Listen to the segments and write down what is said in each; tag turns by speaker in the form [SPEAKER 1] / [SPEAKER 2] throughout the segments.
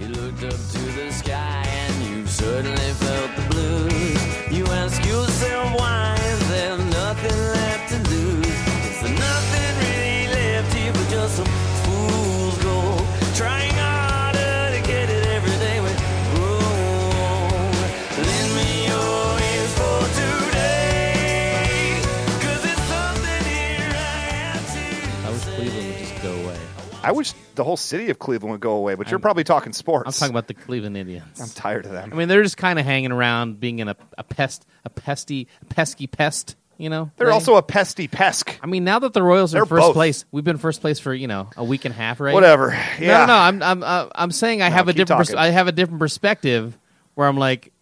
[SPEAKER 1] looked up to the sky and you certainly felt the blues. You ask yourself why is there nothing left to lose? Is there nothing really left here but just some fool's gold? Trying harder to get it every day we grow old. Lend me your ears for today, 'cause it's something here I have to
[SPEAKER 2] I wish Cleveland would just go away.
[SPEAKER 3] I wish the whole city of Cleveland would go away, but you're
[SPEAKER 2] I'm-
[SPEAKER 3] probably talking sports.
[SPEAKER 2] I'm talking about the Cleveland Indians.
[SPEAKER 3] I'm tired of
[SPEAKER 2] I
[SPEAKER 3] them.
[SPEAKER 2] mean, they're just kind of hanging around, being in a, a pest, a pesty, a pesky pest. You know,
[SPEAKER 3] They're
[SPEAKER 2] way.
[SPEAKER 3] also a pesty pesk.
[SPEAKER 2] I mean, now that the Royals are
[SPEAKER 3] They're
[SPEAKER 2] in first
[SPEAKER 3] both.
[SPEAKER 2] place, we've been first place for you know a week and a half, right?
[SPEAKER 3] Whatever.
[SPEAKER 2] No,
[SPEAKER 3] Yeah.
[SPEAKER 2] no, no. I'm I'm uh, I'm saying I have a
[SPEAKER 3] keep
[SPEAKER 2] different pers-
[SPEAKER 3] talking.
[SPEAKER 2] I have a different perspective where I'm like,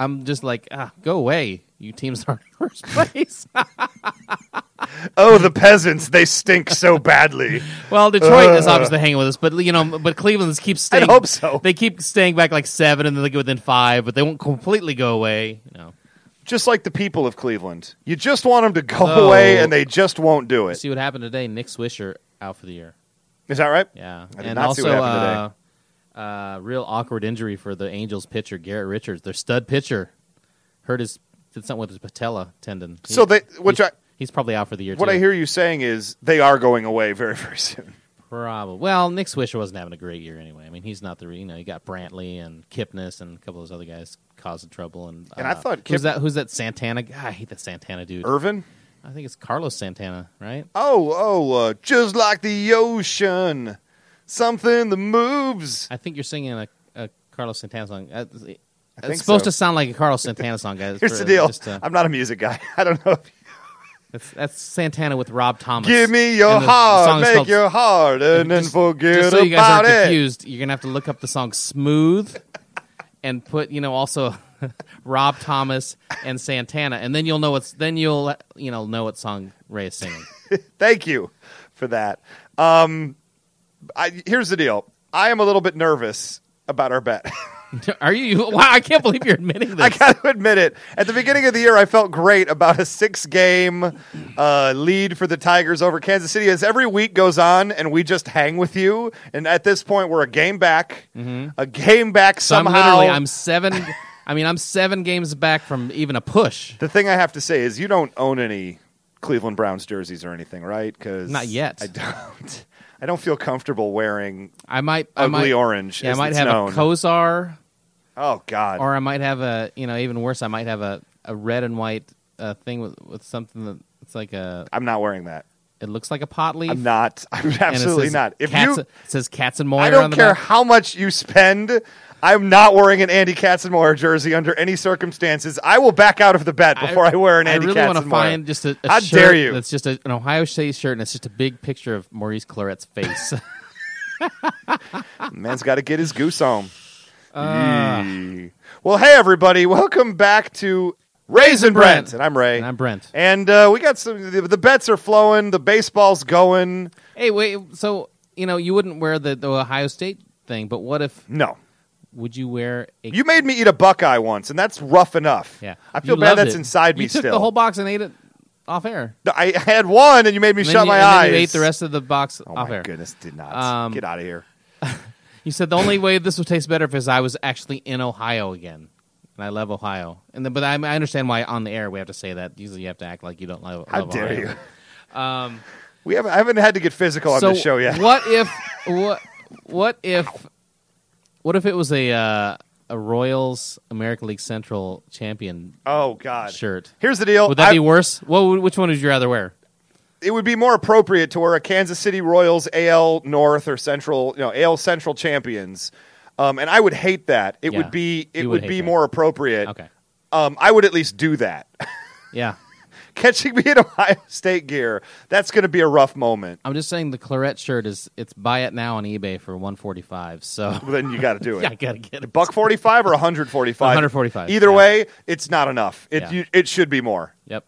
[SPEAKER 2] I'm just like, ah, go away. You teams aren't in first place.
[SPEAKER 3] Oh, the peasants, they stink so badly.
[SPEAKER 2] well, Detroit is obviously hanging with us, but you know, but Cleveland keeps staying.
[SPEAKER 3] Uh. hope so.
[SPEAKER 2] They keep staying back like seven, and then they get within five, but they won't completely go away. You know,
[SPEAKER 3] just like the people of Cleveland. You just want them to go
[SPEAKER 2] Oh.
[SPEAKER 3] away, and they just won't do it.
[SPEAKER 2] see what happened today. Nick Swisher out for the year.
[SPEAKER 3] Is that right?
[SPEAKER 2] Yeah,
[SPEAKER 3] I did
[SPEAKER 2] and
[SPEAKER 3] not see
[SPEAKER 2] also
[SPEAKER 3] what happened
[SPEAKER 2] uh, uh, real awkward injury for the Angels pitcher Garrett Richards, their stud pitcher, hurt his did something with his patella tendon. He-
[SPEAKER 3] So they, which
[SPEAKER 2] he's,
[SPEAKER 3] I,
[SPEAKER 2] he's probably out for the year.
[SPEAKER 3] what
[SPEAKER 2] too.
[SPEAKER 3] I hear you saying is they are going away very, very soon.
[SPEAKER 2] probably well, Nick Swisher wasn't having a great year anyway. I mean, he's not the re- you know he got Brantley and Kipnis and a couple of those other guys causing trouble. And
[SPEAKER 3] And I
[SPEAKER 2] uh,
[SPEAKER 3] thought Kip- Er
[SPEAKER 2] who's that? Who's that Santana guy? I hate that Santana dude.
[SPEAKER 3] Irvin?
[SPEAKER 2] I think it's Carlos Santana, right?
[SPEAKER 3] Oh, oh, uh, just like the ocean, something that moves.
[SPEAKER 2] I think you're singing a, a Carlos Santana song. Uh,
[SPEAKER 3] think
[SPEAKER 2] it's supposed
[SPEAKER 3] so.
[SPEAKER 2] to sound like a Carlos Santana song, guys.
[SPEAKER 3] Here's
[SPEAKER 2] for-
[SPEAKER 3] the deal.
[SPEAKER 2] just uh, to-
[SPEAKER 3] I'm not a music guy. I don't know. If
[SPEAKER 2] That's, that's Santana with Rob Thomas.
[SPEAKER 3] Give me your
[SPEAKER 2] And the- the song
[SPEAKER 3] heart,
[SPEAKER 2] is
[SPEAKER 3] make
[SPEAKER 2] called-
[SPEAKER 3] your heart, and then
[SPEAKER 2] just-
[SPEAKER 3] forget
[SPEAKER 2] just so you guys
[SPEAKER 3] about
[SPEAKER 2] aren't
[SPEAKER 3] it.
[SPEAKER 2] confused, you're gonna have to look up the song "Smooth" and put you know also Rob Thomas and Santana, and then you'll know what's then you'll you know know what song Ray is singing.
[SPEAKER 3] Thank you for that. Um, I, here's the deal. I am a little bit nervous about our bet.
[SPEAKER 2] Are you? Wow, I can't believe you're admitting this.
[SPEAKER 3] I got to admit it. At the beginning of the year, I felt great about a six game uh, lead for the Tigers over Kansas City. As every week goes on and we just hang with you, and at this point, we're a game back. A game back
[SPEAKER 2] Mm-hmm. So I'm
[SPEAKER 3] somehow.
[SPEAKER 2] literally I'm seven. I mean, I'm seven games back from even a push.
[SPEAKER 3] the thing I have to say is, you don't own any Cleveland Browns jerseys or anything, right? Because
[SPEAKER 2] Not yet.
[SPEAKER 3] I don't. I don't feel comfortable wearing.
[SPEAKER 2] I might I
[SPEAKER 3] Ugly
[SPEAKER 2] might,
[SPEAKER 3] orange,
[SPEAKER 2] Yeah, I
[SPEAKER 3] as
[SPEAKER 2] might
[SPEAKER 3] it's
[SPEAKER 2] have
[SPEAKER 3] known.
[SPEAKER 2] a Kozar.
[SPEAKER 3] Oh God!
[SPEAKER 2] or I might have a you know even worse I might have a, a red and white uh, thing with with something that it's like a
[SPEAKER 3] I'm not wearing that.
[SPEAKER 2] it looks like a pot leaf.
[SPEAKER 3] I'm not. I'm
[SPEAKER 2] and it
[SPEAKER 3] absolutely
[SPEAKER 2] says
[SPEAKER 3] not. If
[SPEAKER 2] Katz-
[SPEAKER 3] you,
[SPEAKER 2] it says cats and Moyer,
[SPEAKER 3] I
[SPEAKER 2] on
[SPEAKER 3] don't
[SPEAKER 2] the
[SPEAKER 3] care
[SPEAKER 2] back.
[SPEAKER 3] how much you spend. I'm not wearing an Andy Katzenmoyer jersey under any circumstances. I will back out of the bet before I, wear an Andy
[SPEAKER 2] I really wanna
[SPEAKER 3] Katzenmoyer.
[SPEAKER 2] find just a, a
[SPEAKER 3] How
[SPEAKER 2] shirt
[SPEAKER 3] dare you.
[SPEAKER 2] That's just a, an Ohio State shirt, and it's just a big picture of Maurice Claret's face.
[SPEAKER 3] Ah, Man's got to get his goose home.
[SPEAKER 2] Ah,
[SPEAKER 3] Yee. Ah. well, hey everybody, welcome back to Raisin Brent.
[SPEAKER 2] Brent.
[SPEAKER 3] and I'm Ray,
[SPEAKER 2] And I'm Brent.
[SPEAKER 3] and uh, we got some. The, the bets are flowing. The baseball's going.
[SPEAKER 2] hey, wait. So you know you wouldn't wear the, the Ohio State thing, but what if
[SPEAKER 3] No,
[SPEAKER 2] would you wear a
[SPEAKER 3] you made me eat a Buckeye once, and that's rough enough.
[SPEAKER 2] yeah?
[SPEAKER 3] I feel
[SPEAKER 2] You
[SPEAKER 3] bad
[SPEAKER 2] loved
[SPEAKER 3] that's
[SPEAKER 2] it.
[SPEAKER 3] inside me
[SPEAKER 2] You took
[SPEAKER 3] still.
[SPEAKER 2] the whole box and ate it off air.
[SPEAKER 3] I had one, and you made me
[SPEAKER 2] And then
[SPEAKER 3] shut
[SPEAKER 2] you-
[SPEAKER 3] my
[SPEAKER 2] and
[SPEAKER 3] eyes.
[SPEAKER 2] Then you ate the rest of the box
[SPEAKER 3] Oh
[SPEAKER 2] off
[SPEAKER 3] my
[SPEAKER 2] air.
[SPEAKER 3] goodness, did not
[SPEAKER 2] Um,
[SPEAKER 3] get out of here.
[SPEAKER 2] You said the only way this would taste better if is I was actually in Ohio again, and I love Ohio. And then, but I, I understand why on the air we have to say that. Usually, you have to act like you don't love.
[SPEAKER 3] How
[SPEAKER 2] love
[SPEAKER 3] dare
[SPEAKER 2] Ohio.
[SPEAKER 3] you? we haven't, I haven't had to get physical on
[SPEAKER 2] so
[SPEAKER 3] this show yet.
[SPEAKER 2] what if what what if what if it was a uh, a Royals American League Central champion
[SPEAKER 3] Oh God!
[SPEAKER 2] shirt?
[SPEAKER 3] Here's the deal.
[SPEAKER 2] Would that
[SPEAKER 3] I-
[SPEAKER 2] be worse? What would, which one would you rather wear?
[SPEAKER 3] it would be more appropriate to wear a Kansas City Royals AL North or Central, you know, AL Central champions. Um, and I would hate that. It
[SPEAKER 2] Yeah,
[SPEAKER 3] would be it
[SPEAKER 2] you
[SPEAKER 3] would,
[SPEAKER 2] would hate
[SPEAKER 3] be
[SPEAKER 2] that.
[SPEAKER 3] more appropriate.
[SPEAKER 2] Okay,
[SPEAKER 3] Um, I would at least do that.
[SPEAKER 2] yeah.
[SPEAKER 3] Catching me in Ohio State gear, that's going to be a rough moment.
[SPEAKER 2] I'm just saying the claret shirt is it's buy it now on eBay for 145. So
[SPEAKER 3] Well, then you got to do it.
[SPEAKER 2] I gotta get it.
[SPEAKER 3] Buck forty five or one hundred forty five.
[SPEAKER 2] 145,
[SPEAKER 3] Either
[SPEAKER 2] yeah.
[SPEAKER 3] way, it's not enough. It
[SPEAKER 2] Yeah.
[SPEAKER 3] you, it should be more.
[SPEAKER 2] Yep.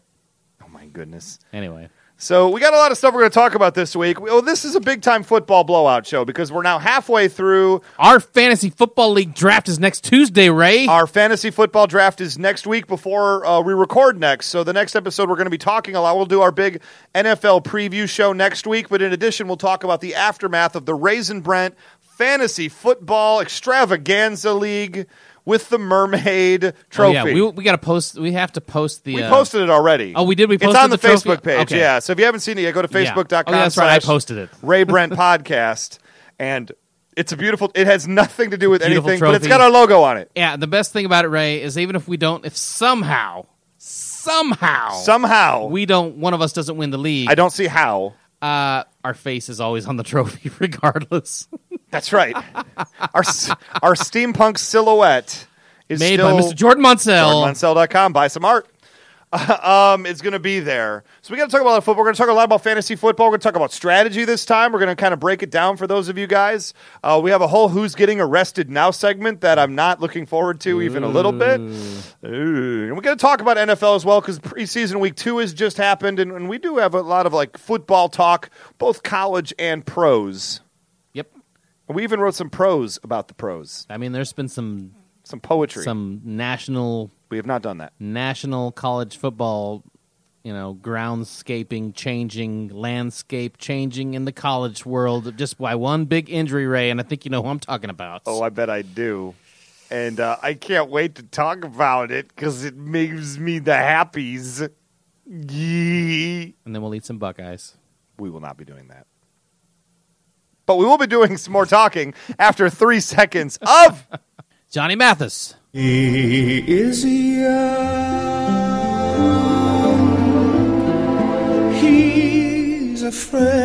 [SPEAKER 3] Oh my goodness.
[SPEAKER 2] Anyway.
[SPEAKER 3] So we got a lot of stuff we're going to talk about this week. Oh, this is a big time football blowout show because we're now halfway through.
[SPEAKER 2] Our fantasy football league draft is next Tuesday, Ray.
[SPEAKER 3] Our fantasy football draft is next week before uh, we record next. So the next episode we're going to be talking a lot. We'll do our big NFL preview show next week, but in addition, we'll talk about the aftermath of the Raisin Brent. fantasy football extravaganza league with the mermaid
[SPEAKER 2] Oh,
[SPEAKER 3] trophy.
[SPEAKER 2] yeah, we we gotta post. We have to post the.
[SPEAKER 3] We
[SPEAKER 2] uh,
[SPEAKER 3] posted it already.
[SPEAKER 2] Oh, we did? We
[SPEAKER 3] it's
[SPEAKER 2] posted
[SPEAKER 3] on the,
[SPEAKER 2] the trophy?
[SPEAKER 3] Facebook page.
[SPEAKER 2] Okay.
[SPEAKER 3] Yeah. So if you haven't seen it yet, go to
[SPEAKER 2] yeah.
[SPEAKER 3] facebook.com.
[SPEAKER 2] Oh, yeah, that's right. I
[SPEAKER 3] slash
[SPEAKER 2] posted it.
[SPEAKER 3] Ray Brent podcast. And it's a beautiful, it has nothing to do with
[SPEAKER 2] Beautiful
[SPEAKER 3] anything, but it's
[SPEAKER 2] trophy.
[SPEAKER 3] got our logo on it.
[SPEAKER 2] Yeah, the best thing about it, Ray, is even if we don't, if somehow, somehow,
[SPEAKER 3] Somehow,
[SPEAKER 2] we don't, one of us doesn't win the league.
[SPEAKER 3] I don't see how.
[SPEAKER 2] Uh, our face is always on the trophy, regardless.
[SPEAKER 3] That's right. our, s- our steampunk silhouette is
[SPEAKER 2] Made
[SPEAKER 3] still
[SPEAKER 2] by Mr. Jordan Monsell.
[SPEAKER 3] Monsell.com. Buy some art. um, it's going to be there. So we got to talk about a lot of football. We're going to talk a lot about fantasy football. We're going to talk about strategy this time. We're going to kind of break it down for those of you guys. Uh, we have a whole "Who's Getting Arrested Now" segment that I'm not looking forward to even a little bit. Ooh. And we're going to talk about NFL as well because preseason week two has just happened, and, and we do have a lot of like football talk, both college and pros.
[SPEAKER 2] Yep.
[SPEAKER 3] We even wrote some prose about the pros,
[SPEAKER 2] I mean, there's been some
[SPEAKER 3] some poetry.
[SPEAKER 2] some national
[SPEAKER 3] we have not done that.
[SPEAKER 2] national college football, you know, groundscaping changing, landscape changing in the college world just by one big injury, Ray, and I think you know who I'm talking about.
[SPEAKER 3] Oh, I bet I do. And uh, I can't wait to talk about it because it makes me the happies. Yee.
[SPEAKER 2] and then we'll eat some Buckeyes.
[SPEAKER 3] We will not be doing that. But we will be doing some more talking after three seconds of.
[SPEAKER 2] Johnny Mathis.
[SPEAKER 4] He is young. He's afraid.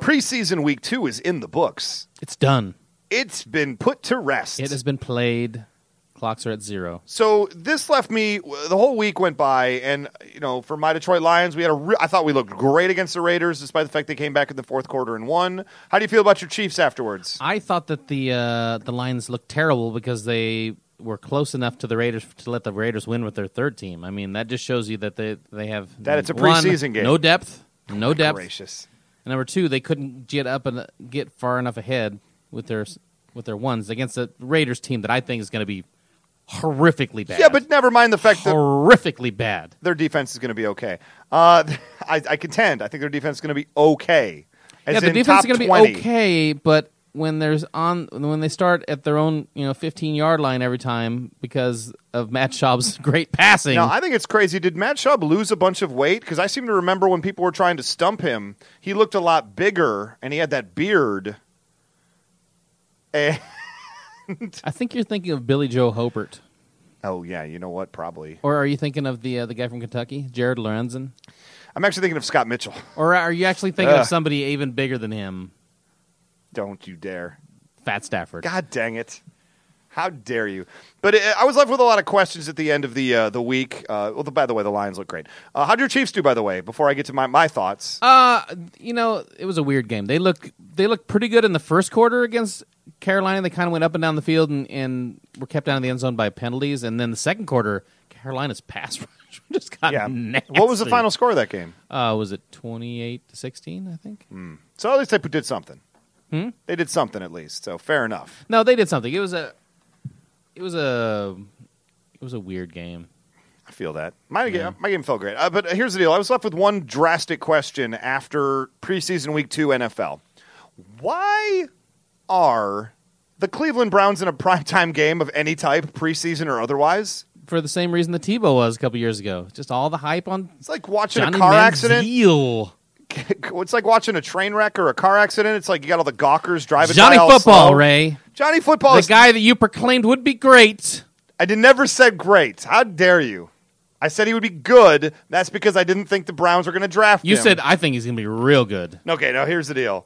[SPEAKER 3] Preseason week two is in the books.
[SPEAKER 2] It's done.
[SPEAKER 3] It's been put to rest.
[SPEAKER 2] It has been played. Clocks are at zero.
[SPEAKER 3] So this left me. The whole week went by, and you know, for my Detroit Lions, we had a. Re- I thought we looked great against the Raiders, despite the fact they came back in the fourth quarter and won. How do you feel about your Chiefs afterwards?
[SPEAKER 2] I thought that the uh, the Lions looked terrible because they were close enough to the Raiders to let the Raiders win with their third team. I mean, that just shows you that they they have
[SPEAKER 3] That it's a
[SPEAKER 2] one,
[SPEAKER 3] preseason game.
[SPEAKER 2] No depth, no depth.
[SPEAKER 3] Gracious.
[SPEAKER 2] And number two, they couldn't get up and get far enough ahead with their with their ones against a Raiders team that I think is going to be horrifically bad.
[SPEAKER 3] Yeah, but never mind the fact that
[SPEAKER 2] horrifically bad.
[SPEAKER 3] their defense is going to be okay. Uh, I, I contend. I think their defense is going to be okay. As
[SPEAKER 2] yeah, the
[SPEAKER 3] in
[SPEAKER 2] defense is
[SPEAKER 3] top
[SPEAKER 2] going to be
[SPEAKER 3] 20.
[SPEAKER 2] okay, but when there's on when they start at their own you know 15 yard line every time because of Matt Schaub's great passing.
[SPEAKER 3] Now, I think it's crazy. Did Matt Schaub lose a bunch of weight? Because I seem to remember when people were trying to stump him, he looked a lot bigger and he had that beard. Eh.
[SPEAKER 2] I think you're thinking of Billy Joe Hobart,
[SPEAKER 3] oh, yeah, you know what? Probably.
[SPEAKER 2] or are you thinking of the uh, the guy from Kentucky, Jared Lorenzen,
[SPEAKER 3] I'm actually thinking of Scott Mitchell.
[SPEAKER 2] or are you actually thinking
[SPEAKER 3] Ugh.
[SPEAKER 2] of somebody even bigger than him,
[SPEAKER 3] Don't you dare.
[SPEAKER 2] Fat Stafford?
[SPEAKER 3] God dang it! How dare you? But it, I was left with a lot of questions at the end of the uh, the week. Uh, well, the, by the way, the Lions look great. Uh, how'd your Chiefs do? By the way, before I get to my my thoughts,
[SPEAKER 2] Uh, you know, it was a weird game. They look they looked pretty good in the first quarter against Carolina. They kind of went up and down the field and, and were kept out of the end zone by penalties. And then the second quarter, Carolina's pass rush just got
[SPEAKER 3] yeah.
[SPEAKER 2] nasty.
[SPEAKER 3] What was the final score of that game?
[SPEAKER 2] Uh, was it twenty eight to sixteen? I think.
[SPEAKER 3] Hmm. So at least they did something. They did something at least. So fair enough.
[SPEAKER 2] No, they did something. It was a, it was a, it was a weird game.
[SPEAKER 3] I feel that. My, game, my game felt great. Uh, but here's the deal I was left with one drastic question after preseason week two NFL. Why are the Cleveland Browns in a primetime game of any type, preseason or otherwise?
[SPEAKER 2] For the same reason the Tebow was a couple years ago, just all the hype on
[SPEAKER 3] It's like watching
[SPEAKER 2] Johnny
[SPEAKER 3] a car accident.
[SPEAKER 2] Manziel.
[SPEAKER 3] It's like watching a train wreck or a car accident. It's like you got all the gawkers driving.
[SPEAKER 2] Johnny
[SPEAKER 3] by all
[SPEAKER 2] Football,
[SPEAKER 3] slow. Oh,
[SPEAKER 2] Ray,
[SPEAKER 3] Johnny football.
[SPEAKER 2] the
[SPEAKER 3] is,
[SPEAKER 2] guy that you proclaimed would be great.
[SPEAKER 3] I did never said great. How dare you? I said he would be good. That's because I didn't think the Browns were going to draft
[SPEAKER 2] You
[SPEAKER 3] him.
[SPEAKER 2] said I think he's gonna be real good.
[SPEAKER 3] okay. Now here's the deal.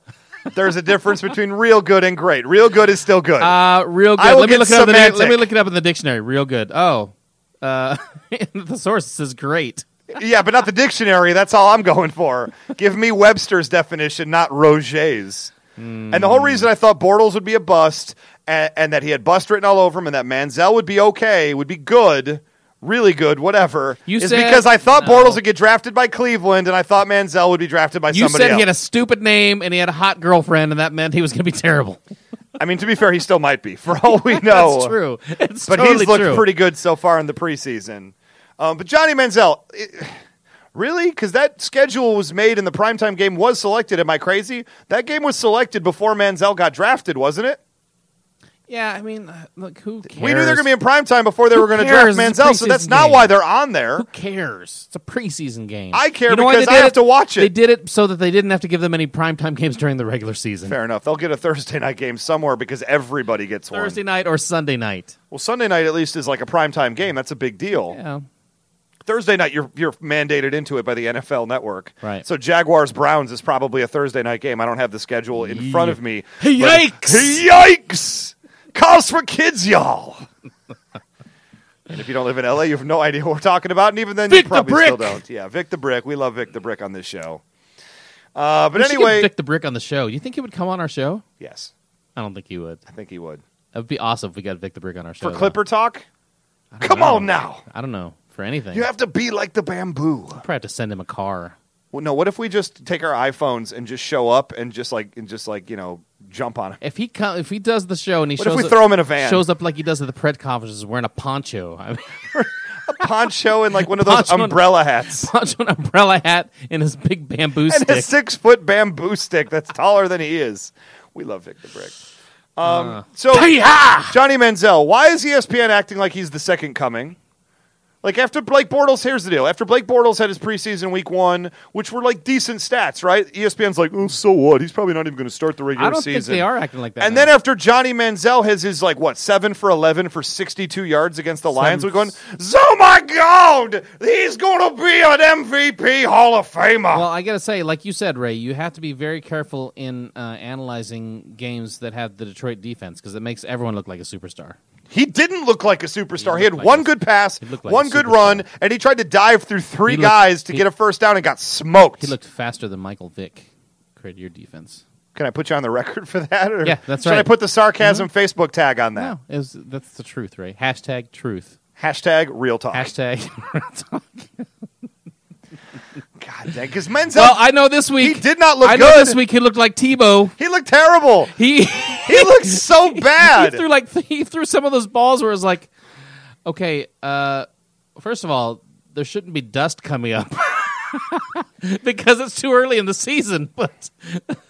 [SPEAKER 3] There's a difference between real good and great. Real good is still good.
[SPEAKER 2] Uh, real
[SPEAKER 3] I
[SPEAKER 2] good.
[SPEAKER 3] will
[SPEAKER 2] Let me
[SPEAKER 3] get
[SPEAKER 2] look it up. In the, let me
[SPEAKER 3] semantic.
[SPEAKER 2] look it up in the dictionary. Real good. Oh, uh, the source says great.
[SPEAKER 3] yeah, but not the dictionary. That's all I'm going for. Give me Webster's definition, not Roger's. And the whole reason I thought Bortles would be a bust and, and that he had bust written all over him and that Manziel would be okay, would be good, really good, whatever,
[SPEAKER 2] You
[SPEAKER 3] is
[SPEAKER 2] said-
[SPEAKER 3] because I thought
[SPEAKER 2] No.
[SPEAKER 3] Bortles would get drafted by Cleveland and I thought Manziel would be drafted by
[SPEAKER 2] You
[SPEAKER 3] somebody
[SPEAKER 2] said
[SPEAKER 3] else.
[SPEAKER 2] he had a stupid name and he had a hot girlfriend, and that meant he was gonna be terrible.
[SPEAKER 3] I mean, to be fair, he still might be, for all we know.
[SPEAKER 2] That's true. It's
[SPEAKER 3] Oh. but
[SPEAKER 2] totally
[SPEAKER 3] he's looked
[SPEAKER 2] true.
[SPEAKER 3] pretty good so far in the preseason. Um, but Johnny Manziel, it- Really? Because that schedule was made and the primetime game was selected. Am I crazy? That game was selected before Manziel got drafted, wasn't it?
[SPEAKER 2] Yeah, I mean, uh, look, who cares?
[SPEAKER 3] We knew they were going to be in primetime before they
[SPEAKER 2] Who
[SPEAKER 3] were going to
[SPEAKER 2] cares?
[SPEAKER 3] draft
[SPEAKER 2] It's a
[SPEAKER 3] Manziel, so
[SPEAKER 2] preseason
[SPEAKER 3] that's not
[SPEAKER 2] game.
[SPEAKER 3] why they're on there.
[SPEAKER 2] Who cares? It's a preseason game.
[SPEAKER 3] I care
[SPEAKER 2] You know why
[SPEAKER 3] because
[SPEAKER 2] they
[SPEAKER 3] I
[SPEAKER 2] did
[SPEAKER 3] have to watch it.
[SPEAKER 2] They did it so that they didn't have to give them any primetime games during the regular season.
[SPEAKER 3] Fair enough. They'll get a Thursday night game somewhere because everybody gets
[SPEAKER 2] Thursday
[SPEAKER 3] one.
[SPEAKER 2] night or Sunday night.
[SPEAKER 3] Well, Sunday night at least is like a primetime game. That's a big deal.
[SPEAKER 2] Yeah.
[SPEAKER 3] Thursday night, you're you're mandated into it by the NFL Network.
[SPEAKER 2] Right.
[SPEAKER 3] So Jaguars Browns is probably a Thursday night game. I don't have the schedule in front of me. but-
[SPEAKER 2] Yikes!
[SPEAKER 3] Yikes! Calls for kids, y'all. and if you don't live in LA, you have no idea what we're talking about. And even then,
[SPEAKER 2] Vic
[SPEAKER 3] you
[SPEAKER 2] the
[SPEAKER 3] probably still
[SPEAKER 2] Brick.
[SPEAKER 3] don't. Yeah, Vic the Brick. We love Vic the Brick on this show. Uh, but
[SPEAKER 2] We should get
[SPEAKER 3] anyway,
[SPEAKER 2] Vic the Brick on the show. You think he would come on our show?
[SPEAKER 3] yes,
[SPEAKER 2] I don't think he would.
[SPEAKER 3] I think he would
[SPEAKER 2] That would be awesome if we got Vic the Brick on our show.
[SPEAKER 3] for
[SPEAKER 2] though.
[SPEAKER 3] Clipper talk.
[SPEAKER 2] I don't
[SPEAKER 3] Come
[SPEAKER 2] know.
[SPEAKER 3] on now,
[SPEAKER 2] I don't know for anything.
[SPEAKER 3] you have to be like the bamboo.
[SPEAKER 2] probably have to send him a car.
[SPEAKER 3] Well, no, what if we just take our iPhones and just show up and just like and just like you know jump on it?
[SPEAKER 2] If he come, if he does the show and he
[SPEAKER 3] What if
[SPEAKER 2] shows
[SPEAKER 3] we
[SPEAKER 2] up,
[SPEAKER 3] throw him in a van?
[SPEAKER 2] shows up like he does at the Pred conferences wearing a poncho, I mean,
[SPEAKER 3] Poncho and like one of those
[SPEAKER 2] Poncho and-
[SPEAKER 3] umbrella hats
[SPEAKER 2] poncho, an umbrella hat, and his big bamboo
[SPEAKER 3] and
[SPEAKER 2] stick.
[SPEAKER 3] a six foot bamboo stick that's taller than he is. We love Vic the Brick. Um,
[SPEAKER 2] Uh,
[SPEAKER 3] so Johnny Manziel, why is E ESPN acting like he's the second coming? Like after Blake Bortles, here's the deal. After Blake Bortles had his preseason week one, which were like decent stats, right? ESPN's like, oh, so what? He's probably not even going to start the regular
[SPEAKER 2] I don't
[SPEAKER 3] season.
[SPEAKER 2] think they are acting like that.
[SPEAKER 3] And
[SPEAKER 2] now.
[SPEAKER 3] then after Johnny Manziel has his like what seven for eleven for sixty two yards against the Lions, we're going, oh my god, he's going to be an MVP Hall of Famer.
[SPEAKER 2] Well, I got to say, like you said, Ray, you have to be very careful in uh, analyzing games that have the Detroit defense because it makes everyone look like a superstar.
[SPEAKER 3] he didn't look like a superstar. He,
[SPEAKER 2] He
[SPEAKER 3] had
[SPEAKER 2] looked like
[SPEAKER 3] one
[SPEAKER 2] a-
[SPEAKER 3] good pass,
[SPEAKER 2] he looked like
[SPEAKER 3] one
[SPEAKER 2] a
[SPEAKER 3] good
[SPEAKER 2] superstar.
[SPEAKER 3] run, and he tried to dive through three
[SPEAKER 2] He looked-
[SPEAKER 3] guys to
[SPEAKER 2] he-
[SPEAKER 3] get a first down and got smoked.
[SPEAKER 2] He looked faster than Michael Vick. Created your defense.
[SPEAKER 3] Can I put you on the record for that? Or
[SPEAKER 2] Yeah, that's
[SPEAKER 3] should I
[SPEAKER 2] right. Mm-hmm.
[SPEAKER 3] put the sarcasm Facebook tag on that?
[SPEAKER 2] No, it was, that's the truth, Ray. Hashtag truth.
[SPEAKER 3] Hashtag real talk.
[SPEAKER 2] Hashtag.
[SPEAKER 3] God dang, because Menzel,
[SPEAKER 2] well, I know this
[SPEAKER 3] he
[SPEAKER 2] week.
[SPEAKER 3] did not look
[SPEAKER 2] I know
[SPEAKER 3] good.
[SPEAKER 2] this week he looked like Tebow.
[SPEAKER 3] He looked terrible.
[SPEAKER 2] He
[SPEAKER 3] He looked so bad.
[SPEAKER 2] he threw like he threw some of those balls where it was like, okay, uh, first of all, there shouldn't be dust coming up because it's too early in the season. But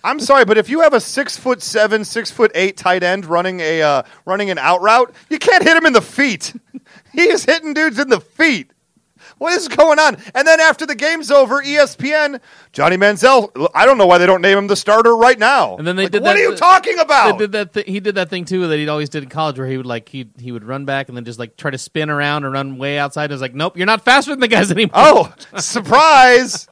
[SPEAKER 3] I'm sorry, but if you have a six foot seven, six foot eight tight end running a uh, running an out route, you can't hit him in the feet. he is hitting dudes in the feet. What is going on? And then after the game's over, E ESPN, Johnny Manziel. I don't know why they don't name him the starter right now.
[SPEAKER 2] And then they
[SPEAKER 3] Like,
[SPEAKER 2] did
[SPEAKER 3] What
[SPEAKER 2] that-
[SPEAKER 3] are you talking
[SPEAKER 2] they
[SPEAKER 3] about?
[SPEAKER 2] did that thi- he did that thing too that he always did in college where he would like he he would run back and then just like try to spin around and run way outside. And it was like, nope, you're not faster than the guys anymore.
[SPEAKER 3] oh, surprise!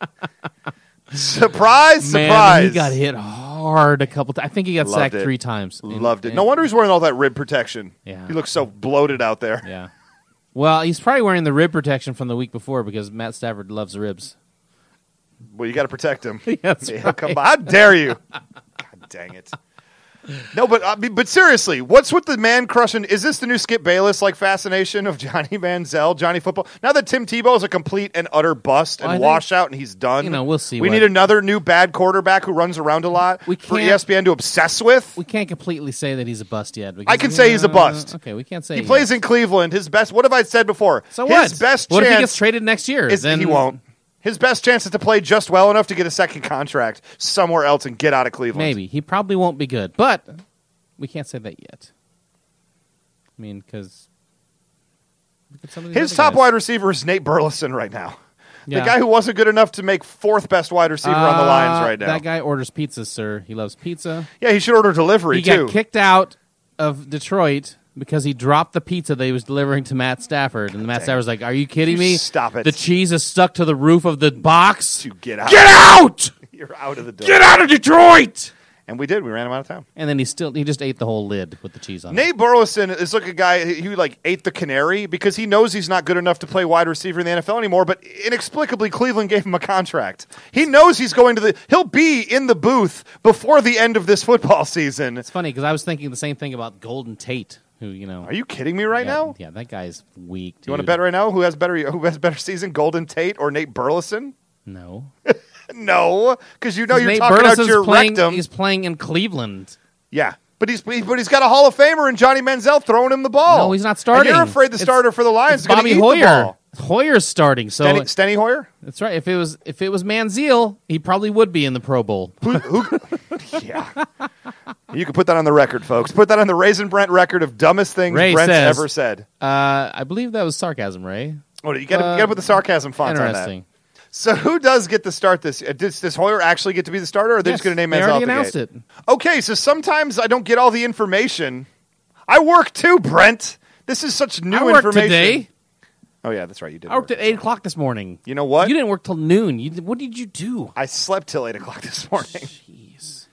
[SPEAKER 3] surprise!
[SPEAKER 2] Man,
[SPEAKER 3] surprise!
[SPEAKER 2] he got hit hard a couple. times. I think he got
[SPEAKER 3] Loved
[SPEAKER 2] sacked
[SPEAKER 3] it.
[SPEAKER 2] three times. And-
[SPEAKER 3] Loved it.
[SPEAKER 2] and-
[SPEAKER 3] No wonder he's wearing all that rib protection.
[SPEAKER 2] Yeah.
[SPEAKER 3] He looks so bloated out there.
[SPEAKER 2] Yeah. Well, he's probably wearing the rib protection from the week before because Matt Stafford loves ribs.
[SPEAKER 3] Well, you got to protect him.
[SPEAKER 2] That's
[SPEAKER 3] Yeah, come on. How dare you? God dang it. No, but I mean, but seriously, what's with the man crushing? Is this the new Skip Bayless like fascination of Johnny Manziel, Johnny football? Now that Tim Tebow is a complete and utter bust and
[SPEAKER 2] Well, I think-
[SPEAKER 3] washout, and he's done,
[SPEAKER 2] You know, we'll see
[SPEAKER 3] We
[SPEAKER 2] what-
[SPEAKER 3] need another new bad quarterback who runs around a lot
[SPEAKER 2] We
[SPEAKER 3] for E
[SPEAKER 2] can't-
[SPEAKER 3] ESPN to obsess with.
[SPEAKER 2] We can't completely say that he's a bust yet. because- Uh,
[SPEAKER 3] I can say he's a bust.
[SPEAKER 2] Okay, we can't say
[SPEAKER 3] he plays in Cleveland. His best. What have I said before?
[SPEAKER 2] So
[SPEAKER 3] his
[SPEAKER 2] what?
[SPEAKER 3] best
[SPEAKER 2] what if he
[SPEAKER 3] chance
[SPEAKER 2] gets traded next year?
[SPEAKER 3] is
[SPEAKER 2] then
[SPEAKER 3] he won't. His best chance is to play just well enough to get a second contract somewhere else and get out of Cleveland.
[SPEAKER 2] Maybe he probably won't be good, but we can't say that yet. I mean, because
[SPEAKER 3] His top wide receiver is Nate Burleson right now. The
[SPEAKER 2] Yeah. Uh,
[SPEAKER 3] guy who wasn't good enough to make fourth best wide receiver on the Lions right now.
[SPEAKER 2] That guy orders pizzas, sir. He loves pizza.
[SPEAKER 3] yeah, he should order delivery
[SPEAKER 2] He
[SPEAKER 3] too.
[SPEAKER 2] got kicked out of Detroit because he dropped the pizza they was delivering to Matt Stafford, and Matt Stafford's like, "Are you kidding
[SPEAKER 3] You
[SPEAKER 2] me?
[SPEAKER 3] stop it.
[SPEAKER 2] The cheese is stuck to the roof of the box.
[SPEAKER 3] You get out.
[SPEAKER 2] Get out!
[SPEAKER 3] You're out of the door.
[SPEAKER 2] Get out of Detroit!"
[SPEAKER 3] And we did. We ran him out of town.
[SPEAKER 2] And then he still he just ate the whole lid with the cheese on it.
[SPEAKER 3] Nate Burleson is like a guy who like ate the canary because he knows he's not good enough to play wide receiver in the NFL anymore. But inexplicably, Cleveland gave him a contract. He knows he's going to the. He'll be in the booth before the end of this football season.
[SPEAKER 2] It's funny because I was thinking the same thing about Golden Tate, who you know.
[SPEAKER 3] Are you kidding me right
[SPEAKER 2] yeah,
[SPEAKER 3] now?
[SPEAKER 2] Yeah, that guy's weak. Dude.
[SPEAKER 3] You want to bet right now who has better who has better season, Golden Tate or Nate Burleson?
[SPEAKER 2] No.
[SPEAKER 3] No, because you know you're
[SPEAKER 2] Nate
[SPEAKER 3] talking
[SPEAKER 2] Burleson's
[SPEAKER 3] about your
[SPEAKER 2] playing,
[SPEAKER 3] rectum.
[SPEAKER 2] He's playing in Cleveland.
[SPEAKER 3] Yeah, but he's but he's got a Hall of Famer and Johnny Manziel throwing him the ball.
[SPEAKER 2] No, he's not
[SPEAKER 3] And
[SPEAKER 2] starting.
[SPEAKER 3] you're afraid the
[SPEAKER 2] It's-
[SPEAKER 3] starter for the Lions
[SPEAKER 2] it's
[SPEAKER 3] is going to
[SPEAKER 2] Bobby
[SPEAKER 3] eat the
[SPEAKER 2] Hoyer.
[SPEAKER 3] ball.
[SPEAKER 2] Hoyer's starting, so
[SPEAKER 3] Steny, Steny Hoyer?
[SPEAKER 2] that's right. If it was if it was Manziel, he probably would be in the Pro Bowl.
[SPEAKER 3] Yeah. you can put that on the record, folks. Put that on the Raisin Brent record of dumbest things
[SPEAKER 2] Ray
[SPEAKER 3] Brent's
[SPEAKER 2] says-
[SPEAKER 3] ever said.
[SPEAKER 2] Uh, I believe that was sarcasm, Ray.
[SPEAKER 3] Oh, you got
[SPEAKER 2] Uh,
[SPEAKER 3] to put the sarcasm font on that.
[SPEAKER 2] Interesting.
[SPEAKER 3] So who does get to start this? Uh, Does, does Hoyer actually get to be the starter, or are they just
[SPEAKER 2] Yes,
[SPEAKER 3] going to name
[SPEAKER 2] they
[SPEAKER 3] Manziel
[SPEAKER 2] already
[SPEAKER 3] out the
[SPEAKER 2] announced
[SPEAKER 3] gate?
[SPEAKER 2] it.
[SPEAKER 3] Okay, so sometimes I don't get all the information. I work too, Brent. This is such new
[SPEAKER 2] I worked
[SPEAKER 3] information.
[SPEAKER 2] today.
[SPEAKER 3] Oh yeah, that's right. You did.
[SPEAKER 2] I worked
[SPEAKER 3] work.
[SPEAKER 2] at eight o'clock this morning.
[SPEAKER 3] You know what?
[SPEAKER 2] You didn't work till noon. You did, what did you do?
[SPEAKER 3] I slept till eight o'clock this morning.
[SPEAKER 2] Jeez.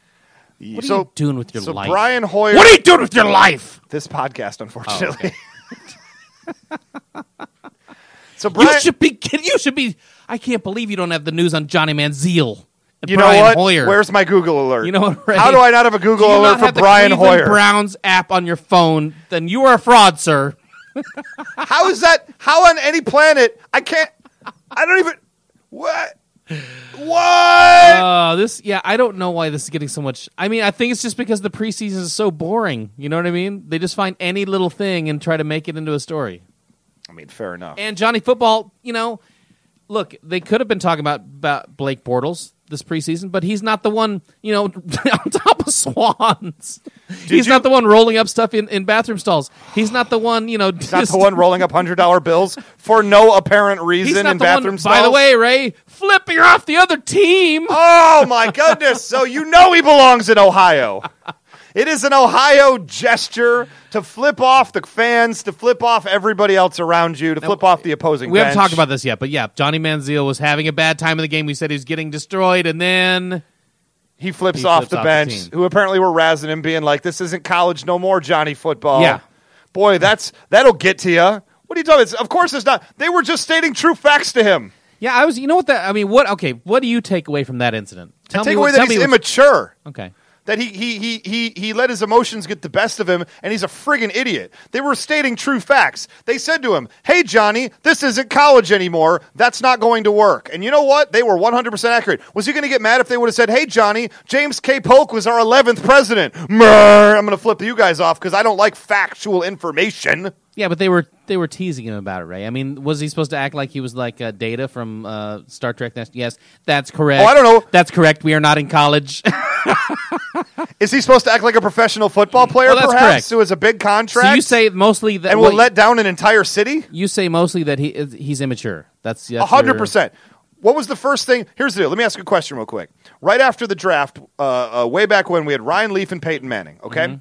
[SPEAKER 3] What
[SPEAKER 2] What are
[SPEAKER 3] so,
[SPEAKER 2] you doing with your
[SPEAKER 3] so
[SPEAKER 2] life?
[SPEAKER 3] Brian Hoyer.
[SPEAKER 2] what are you doing with your life?
[SPEAKER 3] This podcast, unfortunately.
[SPEAKER 2] okay.
[SPEAKER 3] so Brian,
[SPEAKER 2] Oh, you should be. kid- You should be. I can't believe you don't have the news on Johnny Manziel. And
[SPEAKER 3] you know
[SPEAKER 2] Brian
[SPEAKER 3] what?
[SPEAKER 2] Hoyer.
[SPEAKER 3] Where's my Google alert?
[SPEAKER 2] You know what, Ray?
[SPEAKER 3] How do I not have a
[SPEAKER 2] Do
[SPEAKER 3] Google
[SPEAKER 2] you not
[SPEAKER 3] alert for
[SPEAKER 2] have the
[SPEAKER 3] Brian
[SPEAKER 2] Cleveland
[SPEAKER 3] Hoyer?
[SPEAKER 2] Browns app on your phone? Then you are a fraud, sir.
[SPEAKER 3] How is that? How on any planet? I can't. I don't even. What? What?
[SPEAKER 2] Uh, this, yeah, I don't know why this is getting so much. I mean, I think it's just because the preseason is so boring. You know what I mean? They just find any little thing and try to make it into a story.
[SPEAKER 3] I mean, fair enough.
[SPEAKER 2] And Johnny Football, you know, look, they could have been talking about, about Blake Bortles this preseason, but he's not the one, you know, on top of swans. he's
[SPEAKER 3] you-
[SPEAKER 2] not the one rolling up stuff in, in bathroom stalls. He's not the one, you know,
[SPEAKER 3] It's not the one rolling up hundred dollar bills for no apparent
[SPEAKER 2] He's
[SPEAKER 3] reason
[SPEAKER 2] not
[SPEAKER 3] in
[SPEAKER 2] the
[SPEAKER 3] bathroom
[SPEAKER 2] one,
[SPEAKER 3] stalls.
[SPEAKER 2] By the way, Ray, flipping off the other team.
[SPEAKER 3] Oh my goodness! So you know he belongs in Ohio. It is an Ohio gesture to flip off the fans, to flip off everybody else around you, to flip off the opposing.
[SPEAKER 2] we haven't
[SPEAKER 3] bench.
[SPEAKER 2] talked about this yet, but yeah, Johnny Manziel was having a bad time in the game. We said he was getting destroyed, and then
[SPEAKER 3] He flips
[SPEAKER 2] He
[SPEAKER 3] off
[SPEAKER 2] flips
[SPEAKER 3] the
[SPEAKER 2] off the
[SPEAKER 3] bench,
[SPEAKER 2] team.
[SPEAKER 3] who apparently were razzing him, being like, "This isn't college no more, Johnny football."
[SPEAKER 2] Yeah.
[SPEAKER 3] boy, that's that'll get to you. What are you talking? It's, of course, it's not. They were just stating true facts to him.
[SPEAKER 2] yeah, I was. You know what? That I mean, what? Okay, what do you take away from that incident? Tell
[SPEAKER 3] Take
[SPEAKER 2] me.
[SPEAKER 3] away
[SPEAKER 2] what-
[SPEAKER 3] that
[SPEAKER 2] tell
[SPEAKER 3] he's
[SPEAKER 2] me what-
[SPEAKER 3] immature.
[SPEAKER 2] Okay.
[SPEAKER 3] That he, he he he he let his emotions get the best of him, and he's a friggin' idiot. They were stating true facts. They said to him, "Hey Johnny, this isn't college anymore. That's not going to work." And you know what? They were 100 percent accurate. Was he going to get mad if they would have said, "Hey Johnny, James K. Polk was our 11th president"? Mrr, I'm going to flip you guys off because I don't like factual information.
[SPEAKER 2] Yeah, but they were they were teasing him about it, Ray. I mean, was he supposed to act like he was like uh, Data from uh, Star Trek? Next, yes, that's correct.
[SPEAKER 3] Oh, I don't know.
[SPEAKER 2] That's correct. We are not in college.
[SPEAKER 3] Is he supposed to act like a professional football player,
[SPEAKER 2] Mm. Well, that's
[SPEAKER 3] perhaps,
[SPEAKER 2] correct.
[SPEAKER 3] who has a big contract?
[SPEAKER 2] so you say mostly that
[SPEAKER 3] and will
[SPEAKER 2] what-
[SPEAKER 3] let down an entire city?
[SPEAKER 2] you say mostly that he is- he's immature. That's that's
[SPEAKER 3] A hundred
[SPEAKER 2] your-
[SPEAKER 3] percent. What was the first thing? Here's the deal. Let me ask you a question real quick. Right after the draft, uh, uh, way back when we had Ryan Leaf and Peyton Manning. Okay,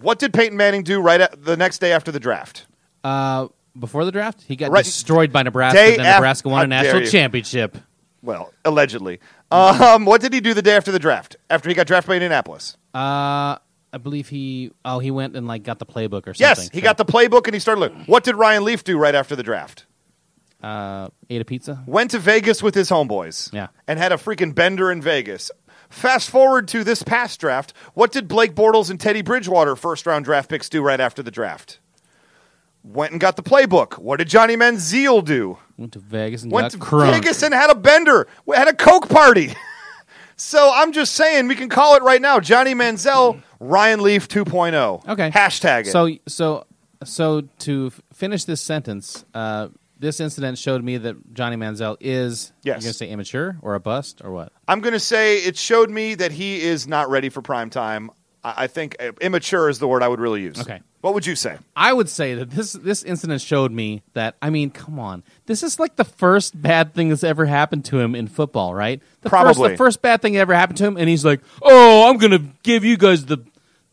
[SPEAKER 3] what did Peyton Manning do right at the next day after the draft?
[SPEAKER 2] Uh, before the draft, he got
[SPEAKER 3] Right.
[SPEAKER 2] destroyed by Nebraska.
[SPEAKER 3] Day
[SPEAKER 2] then
[SPEAKER 3] af-
[SPEAKER 2] Nebraska won
[SPEAKER 3] How
[SPEAKER 2] a
[SPEAKER 3] dare
[SPEAKER 2] national
[SPEAKER 3] you.
[SPEAKER 2] championship.
[SPEAKER 3] Well, allegedly. Um, what did he do the day after the draft? After he got drafted by Indianapolis?
[SPEAKER 2] Uh, I believe he. Oh, he went and like got the playbook or something.
[SPEAKER 3] Yes, he
[SPEAKER 2] Sure.
[SPEAKER 3] got the playbook and he started. Learning. What did Ryan Leaf do right after the draft?
[SPEAKER 2] uh, ate a pizza.
[SPEAKER 3] Went to Vegas with his homeboys.
[SPEAKER 2] Yeah.
[SPEAKER 3] and had a freaking bender in Vegas. Fast forward to this past draft. What did Blake Bortles and Teddy Bridgewater first round draft picks do right after the draft? Went and got the playbook. What did Johnny Manziel do?
[SPEAKER 2] Went to Vegas and
[SPEAKER 3] Went
[SPEAKER 2] got
[SPEAKER 3] to
[SPEAKER 2] crunk.
[SPEAKER 3] Vegas and had a bender. We had a coke party. so I'm just saying we can call it right now. Johnny Manziel, Ryan Leaf 2.0.
[SPEAKER 2] Okay.
[SPEAKER 3] Hashtag it.
[SPEAKER 2] So so so to f- finish this sentence, uh, this incident showed me that Johnny Manziel is
[SPEAKER 3] Yes.
[SPEAKER 2] You're gonna say immature or a bust or what?
[SPEAKER 3] I'm going to say it showed me that he is not ready for prime time. I, I think uh, immature is the word I would really use.
[SPEAKER 2] Okay.
[SPEAKER 3] What would you say?
[SPEAKER 2] I would say that this this incident showed me that I mean, come on, this is like the first bad thing that's ever happened to him in football, right? The first,
[SPEAKER 3] Probably.
[SPEAKER 2] the first bad thing that ever happened to him, and he's like, "Oh, I'm gonna give you guys the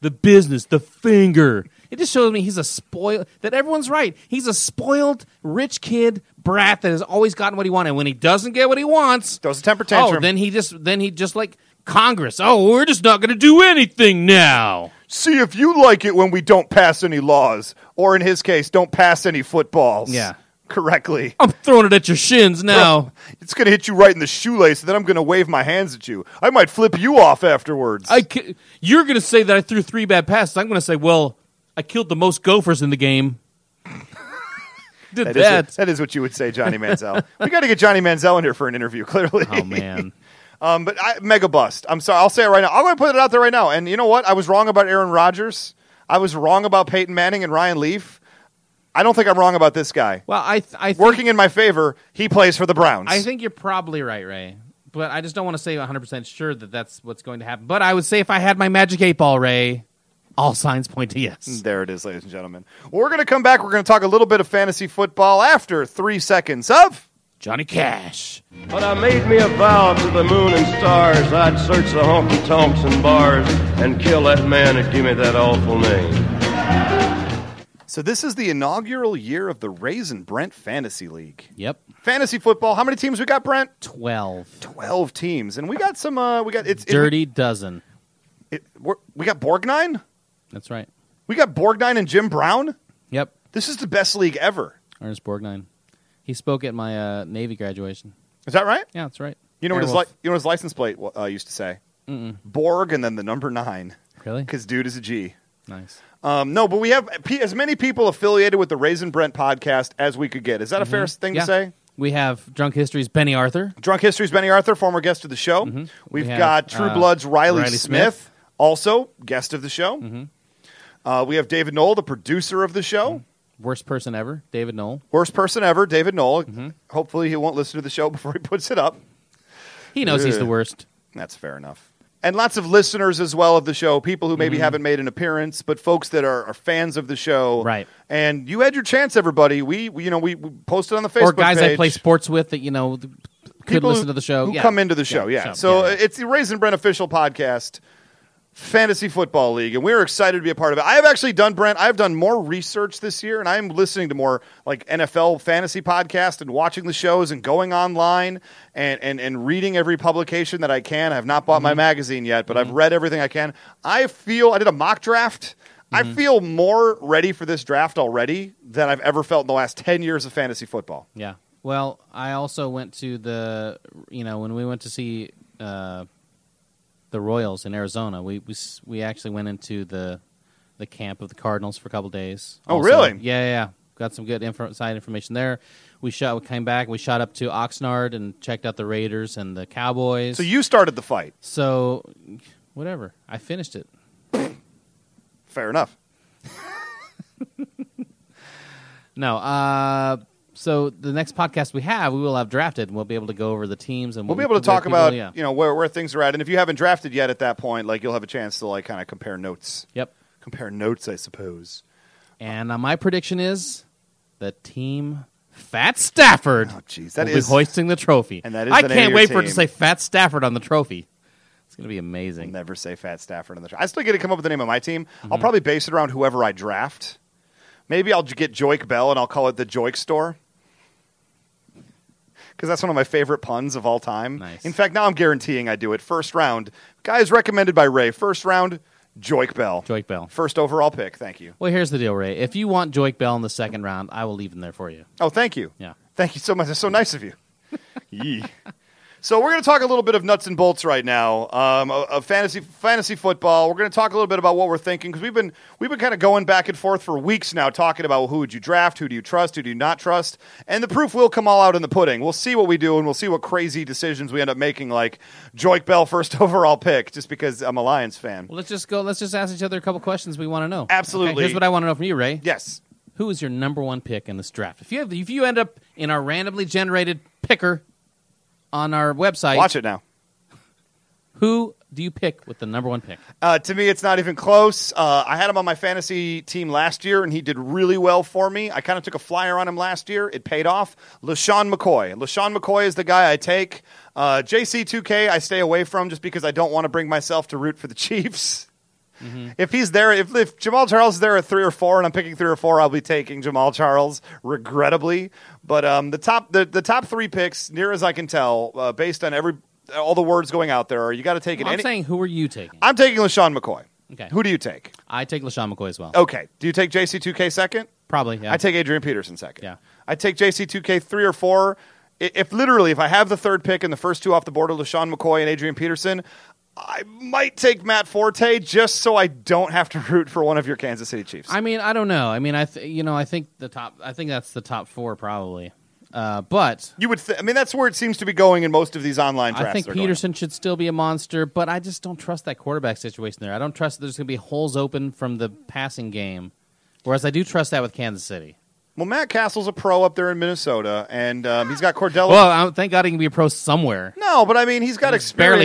[SPEAKER 2] the business, the finger." It just shows me he's a spoiled. That everyone's right. He's a spoiled rich kid brat that has always gotten what he wanted. And when he doesn't get what he wants,
[SPEAKER 3] Throws a temper tantrum.
[SPEAKER 2] Oh, then he just then he just like Congress. Oh, we're just not gonna do anything now.
[SPEAKER 3] see if you like it when we don't pass any laws, or in his case, don't pass any footballs.
[SPEAKER 2] Yeah.
[SPEAKER 3] Correctly.
[SPEAKER 2] I'm throwing it at your shins now.
[SPEAKER 3] It's going to hit you right in the shoelace, and then I'm going to wave my hands at you. I might flip you off afterwards.
[SPEAKER 2] I ki- you're going to say that I threw three bad passes. I'm going to say, well, I killed the most gophers in the game.
[SPEAKER 3] That
[SPEAKER 2] Did
[SPEAKER 3] is
[SPEAKER 2] that?
[SPEAKER 3] what- that is what you would say, Johnny Manziel. we got to get Johnny Manziel in here for an interview, clearly.
[SPEAKER 2] Oh man,
[SPEAKER 3] Um, but I, mega bust. I'm sorry. I'll say it right now. I'm going to put it out there right now. And you know what? I was wrong about Aaron Rodgers. I was wrong about Peyton Manning and Ryan Leaf. I don't think I'm wrong about this guy.
[SPEAKER 2] Well, I th- I think,
[SPEAKER 3] Working in my favor, he plays for the Browns.
[SPEAKER 2] I think you're probably right, Ray. But I just don't want to say 100 percent sure that that's what's going to happen. But I would say if I had my magic eight ball, Ray, all signs point to yes.
[SPEAKER 3] There it is, ladies and gentlemen. We're going to come back. We're going to talk a little bit of fantasy football after three seconds of.
[SPEAKER 2] Johnny Cash.
[SPEAKER 5] But I made me a vow to the moon and stars I'd search the honky tonks and bars and kill that man that gave me that awful name.
[SPEAKER 3] So, this is the inaugural year of the Raisin Brent Fantasy League.
[SPEAKER 2] Yep.
[SPEAKER 3] Fantasy football. How many teams we got, Brent?
[SPEAKER 2] 12.
[SPEAKER 3] Twelve teams, and we got some. Uh, we got it's it-
[SPEAKER 2] Dirty dozen.
[SPEAKER 3] It, we're, we got Borgnine.
[SPEAKER 2] That's right.
[SPEAKER 3] We got Borgnine and Jim Brown.
[SPEAKER 2] Yep.
[SPEAKER 3] This is the best league ever.
[SPEAKER 2] Ernest Borgnine. He spoke at my uh, Navy graduation.
[SPEAKER 3] Is that right?
[SPEAKER 2] Yeah, that's right.
[SPEAKER 3] You know what his
[SPEAKER 2] Airwolf.
[SPEAKER 3] li- you know what his license plate wa- uh, used to say? Borg and then the number nine,
[SPEAKER 2] Really?
[SPEAKER 3] because dude is a G.
[SPEAKER 2] Nice.
[SPEAKER 3] Um, no, but we have p- as many people affiliated with the Raisin Brent podcast as we could get. Is that a fair thing
[SPEAKER 2] Mm-hmm. Yeah.
[SPEAKER 3] to say?
[SPEAKER 2] We have Drunk History's Benny Arthur.
[SPEAKER 3] Drunk History's Benny Arthur, former guest of the show. We've
[SPEAKER 2] Mm-hmm. We have,
[SPEAKER 3] got True
[SPEAKER 2] uh,
[SPEAKER 3] Blood's Riley,
[SPEAKER 2] Riley
[SPEAKER 3] Smith,
[SPEAKER 2] Smith. Mm-hmm.
[SPEAKER 3] also guest of the show. Uh, we have David Knoll, the producer of the show.
[SPEAKER 2] Worst person ever, David Knoll.
[SPEAKER 3] Worst person ever, David Knoll.
[SPEAKER 2] Mm-hmm.
[SPEAKER 3] Hopefully, he won't listen to the show before he puts it up.
[SPEAKER 2] He knows he's
[SPEAKER 3] Ugh.
[SPEAKER 2] the worst.
[SPEAKER 3] That's fair enough. And lots of listeners as well of the show, people who
[SPEAKER 2] Mm-hmm.
[SPEAKER 3] maybe haven't made an appearance, but folks that are, are fans of the show.
[SPEAKER 2] Right.
[SPEAKER 3] And you had your chance, everybody. We, we- you know, we, we posted on the Facebook
[SPEAKER 2] or guys I
[SPEAKER 3] page.
[SPEAKER 2] play sports with that, you know, th- could
[SPEAKER 3] People
[SPEAKER 2] listen
[SPEAKER 3] who-
[SPEAKER 2] to the show.
[SPEAKER 3] who
[SPEAKER 2] Yeah.
[SPEAKER 3] come into the show. Yeah. So
[SPEAKER 2] yeah.
[SPEAKER 3] uh, it's the Raisin Brent official podcast, fantasy football league, and we're excited to be a part of it. I have actually done Brent. I've done more research this year, and I'm listening to more like NFL fantasy podcast and watching the shows and going online and and and reading every publication that I can. I have not bought my
[SPEAKER 2] Mm-hmm.
[SPEAKER 3] magazine yet, but I've read everything I can. I feel I did a mock draft.
[SPEAKER 2] Mm-hmm.
[SPEAKER 3] I feel more ready for this draft already than I've ever felt in the last 10 years of fantasy football.
[SPEAKER 2] Yeah. Well, I also went to the, you know, when we went to see uh, the Royals in Arizona, we, we s- we actually went into the the camp of the Cardinals for a couple days.
[SPEAKER 3] Oh,
[SPEAKER 2] Also-
[SPEAKER 3] really?
[SPEAKER 2] Yeah, yeah, yeah. Got some good info, side information there. We shot. We came back. We shot up to Oxnard and checked out the Raiders and the Cowboys.
[SPEAKER 3] So you started the fight.
[SPEAKER 2] So, whatever. I finished it.
[SPEAKER 3] Fair enough.
[SPEAKER 2] No. Uh, so the next podcast we have, we will have drafted, and we'll be able to go over the teams, and
[SPEAKER 3] We'll be
[SPEAKER 2] what
[SPEAKER 3] able to
[SPEAKER 2] where
[SPEAKER 3] talk
[SPEAKER 2] people-
[SPEAKER 3] about
[SPEAKER 2] yeah.
[SPEAKER 3] you know where, where things are at, and if you haven't drafted yet at that point, like you'll have a chance to like kind of compare notes.
[SPEAKER 2] Yep.
[SPEAKER 3] Compare notes, I suppose.
[SPEAKER 2] And uh, my prediction is the team Fat Stafford
[SPEAKER 3] Oh, jeez, that
[SPEAKER 2] will
[SPEAKER 3] is-
[SPEAKER 2] be hoisting the trophy.
[SPEAKER 3] And that is
[SPEAKER 2] I
[SPEAKER 3] the name of
[SPEAKER 2] can't
[SPEAKER 3] your
[SPEAKER 2] wait for it to
[SPEAKER 3] team.
[SPEAKER 2] say Fat Stafford on the trophy. It's gonna be
[SPEAKER 3] I'll
[SPEAKER 2] amazing.
[SPEAKER 3] never say Fat Stafford on the. Tra- I still get to come up with the name of my team.
[SPEAKER 2] Mm-hmm.
[SPEAKER 3] I'll probably base it around whoever I draft. Maybe I'll j- get Joik Bell and I'll call it the Joik Store. Because that's one of my favorite puns of all time.
[SPEAKER 2] Nice.
[SPEAKER 3] In fact, now I'm guaranteeing I do it. First round, guys recommended by Ray. First round, Joik Bell.
[SPEAKER 2] Joik Bell.
[SPEAKER 3] First overall pick. Thank you.
[SPEAKER 2] Well, here's the deal, Ray. If you want Joik Bell in the second round, I will leave him there for you.
[SPEAKER 3] Oh, thank you.
[SPEAKER 2] Yeah.
[SPEAKER 3] Thank you so much. That's so nice of you. Yee. So we're going to talk a little bit of nuts and bolts right now um, of of fantasy fantasy football. We're going to talk a little bit about what we're thinking because we've been we've been kind of going back and forth for weeks now, talking about who would you draft, who do you trust, who do you not trust, and the proof will come all out in the pudding. We'll see what we do, and we'll see what crazy decisions we end up making, like Joik Bell first overall pick, just because I'm a Lions fan.
[SPEAKER 2] Well, let's just go. Let's just ask each other a couple questions we want to know.
[SPEAKER 3] Absolutely.
[SPEAKER 2] Okay, here's what I want to know from you, Ray.
[SPEAKER 3] Yes,
[SPEAKER 2] Who is your number one pick in this draft? If you have, if you end up in our randomly generated picker on our website,
[SPEAKER 3] watch it now.
[SPEAKER 2] Who do you pick with the number one pick?
[SPEAKER 3] Uh, to me, it's not even close. Uh, I had him on my fantasy team last year, and he did really well for me. I kind of took a flyer on him last year. It paid off. LaShawn McCoy. LaShawn McCoy is the guy I take. Uh, JC2K, I stay away from just because I don't want to bring myself to root for the Chiefs.
[SPEAKER 2] Mm-hmm.
[SPEAKER 3] If he's there, if, if Jamal Charles is there at three or four, and I'm picking three or four, I'll be taking Jamal Charles, regrettably. But um, the top the, the top three picks, near as I can tell, uh, based on every all the words going out there, are you got to take it.
[SPEAKER 2] Well, I'm
[SPEAKER 3] any-
[SPEAKER 2] saying, who are you taking?
[SPEAKER 3] I'm taking LaShawn McCoy.
[SPEAKER 2] Okay.
[SPEAKER 3] Who do you take?
[SPEAKER 2] I take LaShawn McCoy as well.
[SPEAKER 3] Okay. Do you take JC2K second?
[SPEAKER 2] Probably. Yeah.
[SPEAKER 3] Oh, I take Adrian Peterson second.
[SPEAKER 2] Yeah.
[SPEAKER 3] I take JC2K three or four. I- If literally, if I have the third pick and the first two off the board are LaShawn McCoy and Adrian Peterson, I might take Matt Forte just so I don't have to root for one of your Kansas City Chiefs.
[SPEAKER 2] I mean, I don't know. I mean, I th- you know, I think the top. I think that's the top four probably. Uh, but
[SPEAKER 3] you would. Th- I mean, that's where it seems to be going in most of these online drafts.
[SPEAKER 2] I think
[SPEAKER 3] that are going on.
[SPEAKER 2] Peterson should still be a monster. But I just don't trust that quarterback situation there. I don't trust that there's going to be holes open from the passing game. Whereas I do trust that with Kansas City.
[SPEAKER 3] Well, Matt Castle's a pro up there in Minnesota, and um, he's got Cordella.
[SPEAKER 2] Well, I, thank God he can be a pro somewhere.
[SPEAKER 3] no, but I mean, he's got
[SPEAKER 2] Barely a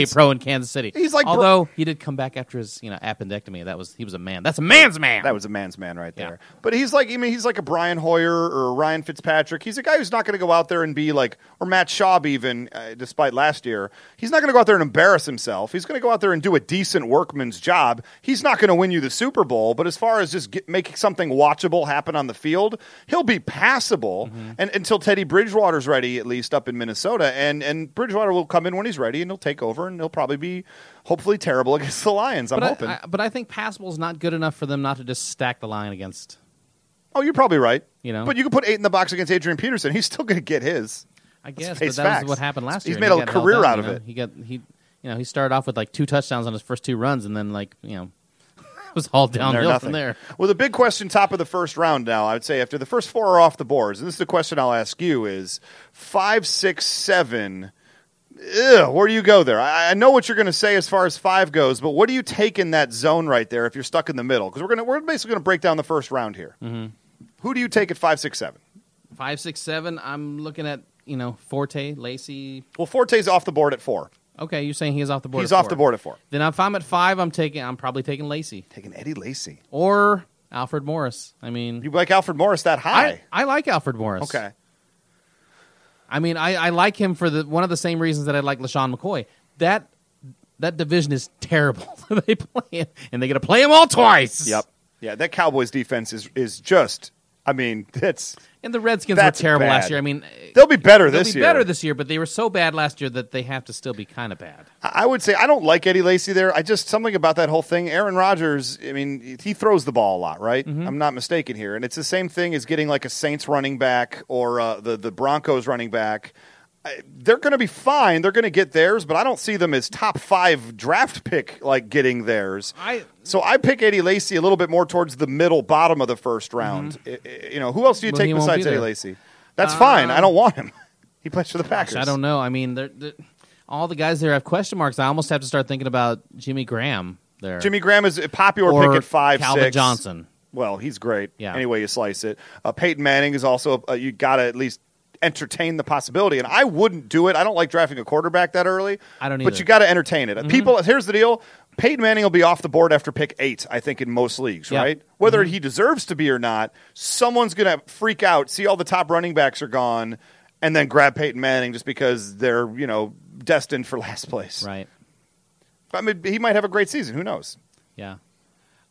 [SPEAKER 3] experience.
[SPEAKER 2] pro in Kansas City.
[SPEAKER 3] He's like Bro-
[SPEAKER 2] although he did come back after his you know appendectomy. That was he was a man. That's a man's man.
[SPEAKER 3] That was a man's man right
[SPEAKER 2] Yeah.
[SPEAKER 3] there. But he's like, I mean, he's like a Brian Hoyer or a Ryan Fitzpatrick. He's a guy who's not going to go out there and be like, or Matt Schaub even, uh, despite last year. He's not going to go out there and embarrass himself. He's going to go out there and do a decent workman's job. He's not going to win you the Super Bowl, but as far as just get, making something watchable happen on the field, he'll be passable
[SPEAKER 2] Mm-hmm.
[SPEAKER 3] and until Teddy Bridgewater's ready, at least up in Minnesota. And and Bridgewater will come in when he's ready and he'll take over and he'll probably be hopefully terrible against the Lions. I'm
[SPEAKER 2] but I-
[SPEAKER 3] hoping.
[SPEAKER 2] I, but I think passable is not good enough for them not to just stack the line against.
[SPEAKER 3] Oh, you're probably right.
[SPEAKER 2] You know?
[SPEAKER 3] but you can put eight in the box against Adrian Peterson. He's still going to get his.
[SPEAKER 2] I guess, but
[SPEAKER 3] face
[SPEAKER 2] that
[SPEAKER 3] facts.
[SPEAKER 2] was what happened last
[SPEAKER 3] He's
[SPEAKER 2] year.
[SPEAKER 3] made
[SPEAKER 2] He
[SPEAKER 3] a
[SPEAKER 2] got
[SPEAKER 3] career
[SPEAKER 2] held up,
[SPEAKER 3] out
[SPEAKER 2] you
[SPEAKER 3] of
[SPEAKER 2] know.
[SPEAKER 3] it.
[SPEAKER 2] He got he, you know, he started off with like two touchdowns on his first two runs, and then like you know, it was all
[SPEAKER 3] They're
[SPEAKER 2] downhill from there.
[SPEAKER 3] Well, the big question, top of the first round now, I would say after the first four are off the boards, and this is the question I'll ask you is five, six, seven. Ew, where do you go there? I, I know what you're going to say as far as five goes, but what do you take in that zone right there if you're stuck in the middle? Because we're going to we're basically going to break down the first round here.
[SPEAKER 2] Mm-hmm.
[SPEAKER 3] Who do you take at five, six, seven?
[SPEAKER 2] Five, six, seven. I'm looking at you know Forte, Lacey.
[SPEAKER 3] Well, Forte's off the board at four.
[SPEAKER 2] Okay, you're saying he is off the board.
[SPEAKER 3] He's
[SPEAKER 2] at
[SPEAKER 3] off
[SPEAKER 2] four.
[SPEAKER 3] the board at four.
[SPEAKER 2] Then if I'm at five, I'm taking. I'm probably taking Lacey
[SPEAKER 3] Taking Eddie Lacy.
[SPEAKER 2] or Alfred Morris. I mean,
[SPEAKER 3] You like Alfred Morris that high?
[SPEAKER 2] I I like Alfred Morris.
[SPEAKER 3] okay.
[SPEAKER 2] I mean, I, I like him for the one of the same reasons that I like LaShawn McCoy. That that division is terrible. they play him, and they get to play him all twice.
[SPEAKER 3] Yep. Yeah, that Cowboys defense is is just. I mean, that's
[SPEAKER 2] And the Redskins
[SPEAKER 3] That's
[SPEAKER 2] were terrible
[SPEAKER 3] bad.
[SPEAKER 2] last year. I mean,
[SPEAKER 3] they'll be better
[SPEAKER 2] they'll
[SPEAKER 3] this
[SPEAKER 2] be
[SPEAKER 3] year.
[SPEAKER 2] better this year, but they were so bad last year that they have to still be kind of bad.
[SPEAKER 3] I I would say I don't like Eddie Lacy there. I just something about that whole thing. Aaron Rodgers. I mean, he throws the ball a lot, right?
[SPEAKER 2] Mm-hmm.
[SPEAKER 3] I'm not mistaken here, and it's the same thing as getting like a Saints running back or uh, the the Broncos running back. I- They're going to be fine. They're going to get theirs, but I don't see them as top five draft pick like getting theirs.
[SPEAKER 2] I
[SPEAKER 3] So I pick Eddie Lacy a little bit more towards the middle bottom of the first round. I- I- you know, who else do you
[SPEAKER 2] Mm-hmm. Well,
[SPEAKER 3] take
[SPEAKER 2] he won't
[SPEAKER 3] besides
[SPEAKER 2] be
[SPEAKER 3] Eddie
[SPEAKER 2] there. Um,
[SPEAKER 3] Lacy? That's fine. I don't want him. He plays for the Packers.
[SPEAKER 2] I don't know. I mean, they're, they're- all the guys there have question marks. I almost have to start thinking about Jimmy Graham there.
[SPEAKER 3] Jimmy Graham is a popular
[SPEAKER 2] or
[SPEAKER 3] pick at five,
[SPEAKER 2] Calvin
[SPEAKER 3] six.
[SPEAKER 2] Johnson.
[SPEAKER 3] Well, he's great.
[SPEAKER 2] Yeah.
[SPEAKER 3] Any way you slice it, uh, Peyton Manning is also uh, you got to at least entertain the possibility. And I wouldn't do it. I don't like drafting a quarterback that early.
[SPEAKER 2] I don't
[SPEAKER 3] But
[SPEAKER 2] either. Mm-hmm.
[SPEAKER 3] you got to entertain it. Uh, People, here's the deal: Peyton Manning will be off the board after pick eight, I think, in most leagues,
[SPEAKER 2] Yeah. Mm-hmm.
[SPEAKER 3] right? Whether he deserves to be or not, someone's going to freak out, see all the top running backs are gone, and then grab Peyton Manning just because they're you know destined for last place.
[SPEAKER 2] Right.
[SPEAKER 3] I mean, he might have a great season. Who knows?
[SPEAKER 2] Yeah.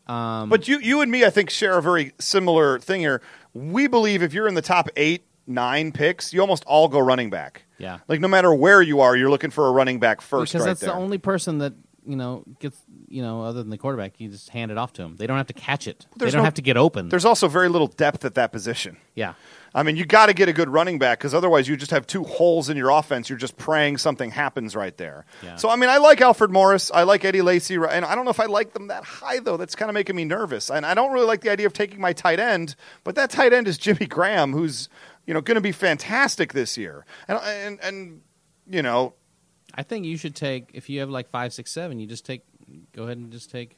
[SPEAKER 3] But you, you and me, I think, share a very similar thing here. We believe if you're in the top eight, nine picks, you almost all go running back.
[SPEAKER 2] Yeah.
[SPEAKER 3] Like no matter where you are, you're looking for a running back first.
[SPEAKER 2] because
[SPEAKER 3] right
[SPEAKER 2] that's
[SPEAKER 3] there.
[SPEAKER 2] the only person that you know gets you know other than the quarterback you just hand it off to him they don't have to catch it they
[SPEAKER 3] there's
[SPEAKER 2] don't
[SPEAKER 3] no-
[SPEAKER 2] have to get open
[SPEAKER 3] There's also very little depth at that position.
[SPEAKER 2] yeah
[SPEAKER 3] I mean, you got to get a good running back because otherwise you just have two holes in your offense. You're just praying something happens right there.
[SPEAKER 2] Yeah.
[SPEAKER 3] So, I mean, I like Alfred Morris. I like Eddie Lacy. ri- And I don't know if I like them that high, though. That's kind of making me nervous. And I don't really like the idea of taking my tight end, but that tight end is Jimmy Graham, who's, you know, going to be fantastic this year. And, and, and, you know,
[SPEAKER 2] i think you should take if you have like five six seven you just take go ahead and just take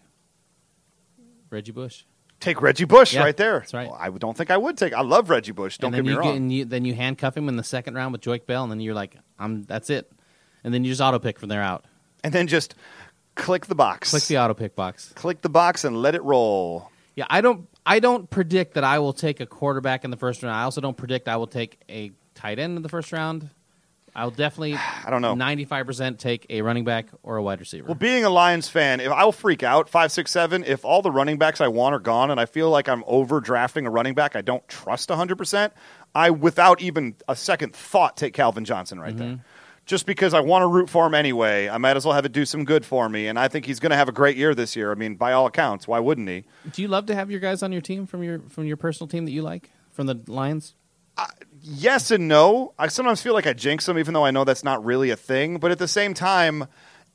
[SPEAKER 2] reggie bush
[SPEAKER 3] take Reggie Bush
[SPEAKER 2] Yeah,
[SPEAKER 3] right there.
[SPEAKER 2] that's right.
[SPEAKER 3] Well, I don't think I would take. I love Reggie Bush. Don't
[SPEAKER 2] and then
[SPEAKER 3] get me
[SPEAKER 2] you
[SPEAKER 3] wrong.
[SPEAKER 2] and you, then you handcuff him in the second round with joyke bell and then you're like i'm that's it and then you just auto pick from there out
[SPEAKER 3] and then just click the box.
[SPEAKER 2] click the auto pick box
[SPEAKER 3] click the box and let it roll.
[SPEAKER 2] yeah i don't i don't predict that i will take a quarterback in the first round i also don't predict i will take a tight end in the first round i'll definitely
[SPEAKER 3] I don't know.
[SPEAKER 2] Ninety-five percent take a running back or a wide receiver.
[SPEAKER 3] Well, being a Lions fan, if I'll freak out five, six, seven. If all the running backs I want are gone, and I feel like I'm over drafting a running back I don't trust 100. percent I, without even a second thought, take Calvin Johnson right there, just because I want to root for him anyway. I might as well have it do some good for me, and I think he's going to have a great year this year. I mean, by all accounts, why wouldn't he?
[SPEAKER 2] Do you love to have your guys on your team from your from your personal team that you like from the Lions?
[SPEAKER 3] yes and no. I sometimes feel like I jinx them, even though I know that's not really a thing. But at the same time,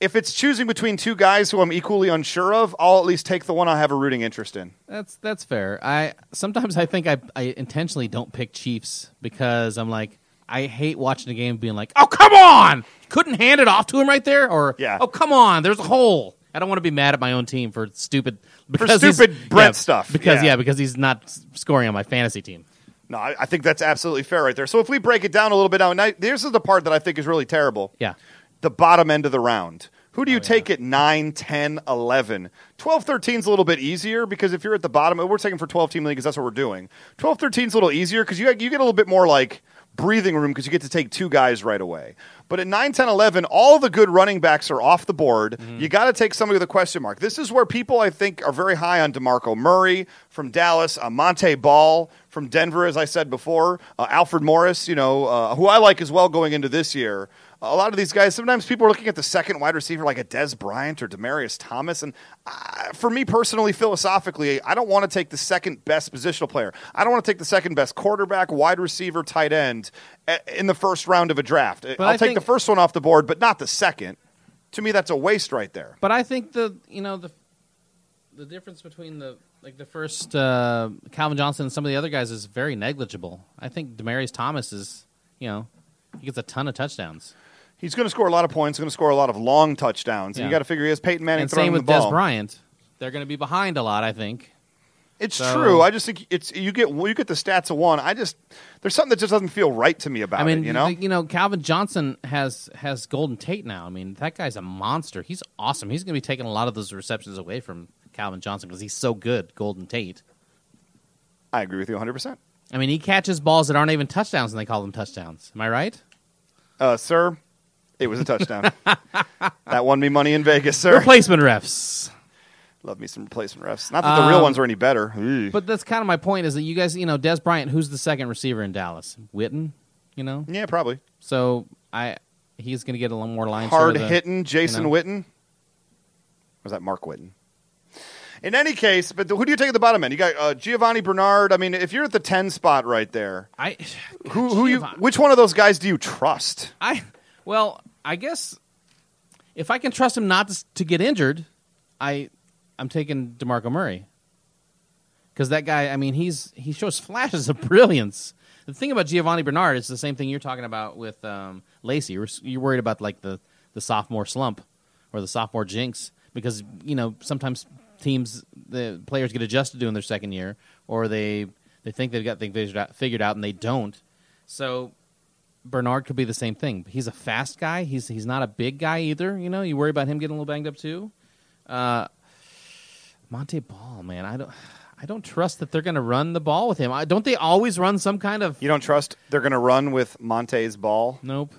[SPEAKER 3] if it's choosing between two guys who I'm equally unsure of, I'll at least take the one I have a rooting interest in.
[SPEAKER 2] That's that's fair. I sometimes I think I, I intentionally don't pick Chiefs because I'm like I hate watching a game being like, oh come on, couldn't hand it off to him right there, or
[SPEAKER 3] Yeah.
[SPEAKER 2] oh come on, there's a hole. I don't want to be mad at my own team for stupid because he's-
[SPEAKER 3] stupid Brett
[SPEAKER 2] yeah,
[SPEAKER 3] stuff.
[SPEAKER 2] Because
[SPEAKER 3] Yeah.
[SPEAKER 2] yeah. because he's not s- scoring on my fantasy team.
[SPEAKER 3] No, I, I think that's absolutely fair right there. So if we break it down a little bit now, and I, this is the part that I think is really terrible.
[SPEAKER 2] Yeah.
[SPEAKER 3] The bottom end of the round. Who do you take at 9, 10, 11? 12, 13 is a little bit easier because if you're at the bottom, we're taking for 12 team league because that's what we're doing. 12, 13 is a little easier because you, you get a little bit more like breathing room because you get to take two guys right away. But at 9, 10, 11, all the good running backs are off the board. You got to take somebody with a question mark. This is where people, I think, are very high on DeMarco Murray from Dallas, uh, Monte Ball from Denver, as I said before, uh, Alfred Morris, you know, uh, who I like as well going into this year. A lot of these guys, sometimes people are looking at the second wide receiver like a Des Bryant or Demarius Thomas. And uh, for me personally, philosophically, I don't want to take the second best positional player. I don't want to take the second best quarterback, wide receiver, tight end a- in the first round of a draft. I'll
[SPEAKER 2] I
[SPEAKER 3] take the
[SPEAKER 2] think-
[SPEAKER 3] first one off the board, but not the second. To me, that's a waste right there.
[SPEAKER 2] But I think the you know the the difference between the like the first uh, Calvin Johnson and some of the other guys is very negligible. I think Demarius Thomas is you know he gets a ton of touchdowns.
[SPEAKER 3] He's going to score a lot of points, going to score a lot of long touchdowns. And
[SPEAKER 2] Yeah.
[SPEAKER 3] you got to figure he has Peyton Manning
[SPEAKER 2] and
[SPEAKER 3] throwing
[SPEAKER 2] same
[SPEAKER 3] him
[SPEAKER 2] with
[SPEAKER 3] the ball.
[SPEAKER 2] Des Bryant, they're going to be behind a lot. I think.
[SPEAKER 3] It's
[SPEAKER 2] So-
[SPEAKER 3] true. I just think it's you get you get the stats of one. I just there's something that just doesn't feel right to me about
[SPEAKER 2] I mean,
[SPEAKER 3] it. You know,
[SPEAKER 2] the- you know, Calvin Johnson has has Golden Tate now. I mean, that guy's a monster. He's awesome. He's going to be taking a lot of those receptions away from Calvin Johnson because he's so good. Golden Tate.
[SPEAKER 3] I agree with you 100. percent
[SPEAKER 2] I mean, he catches balls that aren't even touchdowns, and they call them touchdowns. Am I right?
[SPEAKER 3] uh, sir. It was a touchdown. that won me money in Vegas, sir.
[SPEAKER 2] Replacement refs.
[SPEAKER 3] Love me some replacement refs. Not that the real ones are any better. Eugh.
[SPEAKER 2] Um, But that's kind of my point is that you guys, you know, Des Bryant, who's the second receiver in Dallas? Witten, you know.
[SPEAKER 3] yeah, probably
[SPEAKER 2] So I, he's going to get a little more line. share
[SPEAKER 3] hard
[SPEAKER 2] of the-
[SPEAKER 3] hitting Jason
[SPEAKER 2] know.
[SPEAKER 3] Witten. Was that Mark Witten? In any case, but who do you take at the bottom end? You got uh, Giovanni Bernard. I mean, if you're at the 10 spot right there,
[SPEAKER 2] I,
[SPEAKER 3] who who you?
[SPEAKER 2] Giovanni.
[SPEAKER 3] Which one of those guys do you trust?
[SPEAKER 2] I, well, I guess if I can trust him not to, s- to get injured, I, I'm taking Demarco Murray. Because that guy, I mean, he's he shows flashes of brilliance. The thing about Giovanni Bernard is the same thing you're talking about with um, Lacey. You're, s- you're worried about like the the sophomore slump or the sophomore jinx because you know sometimes teams the players get adjusted during their second year or they they think they've got things figured out, figured out and they don't. So Bernard could be the same thing. He's a fast guy. He's he's not a big guy either. You know, you worry about him getting a little banged up too. Uh, Monte Ball, man, I don't I don't trust that they're going to run the ball with him. I, don't they always run some kind of
[SPEAKER 3] You don't trust they're going to run with Monte's ball?
[SPEAKER 2] nope.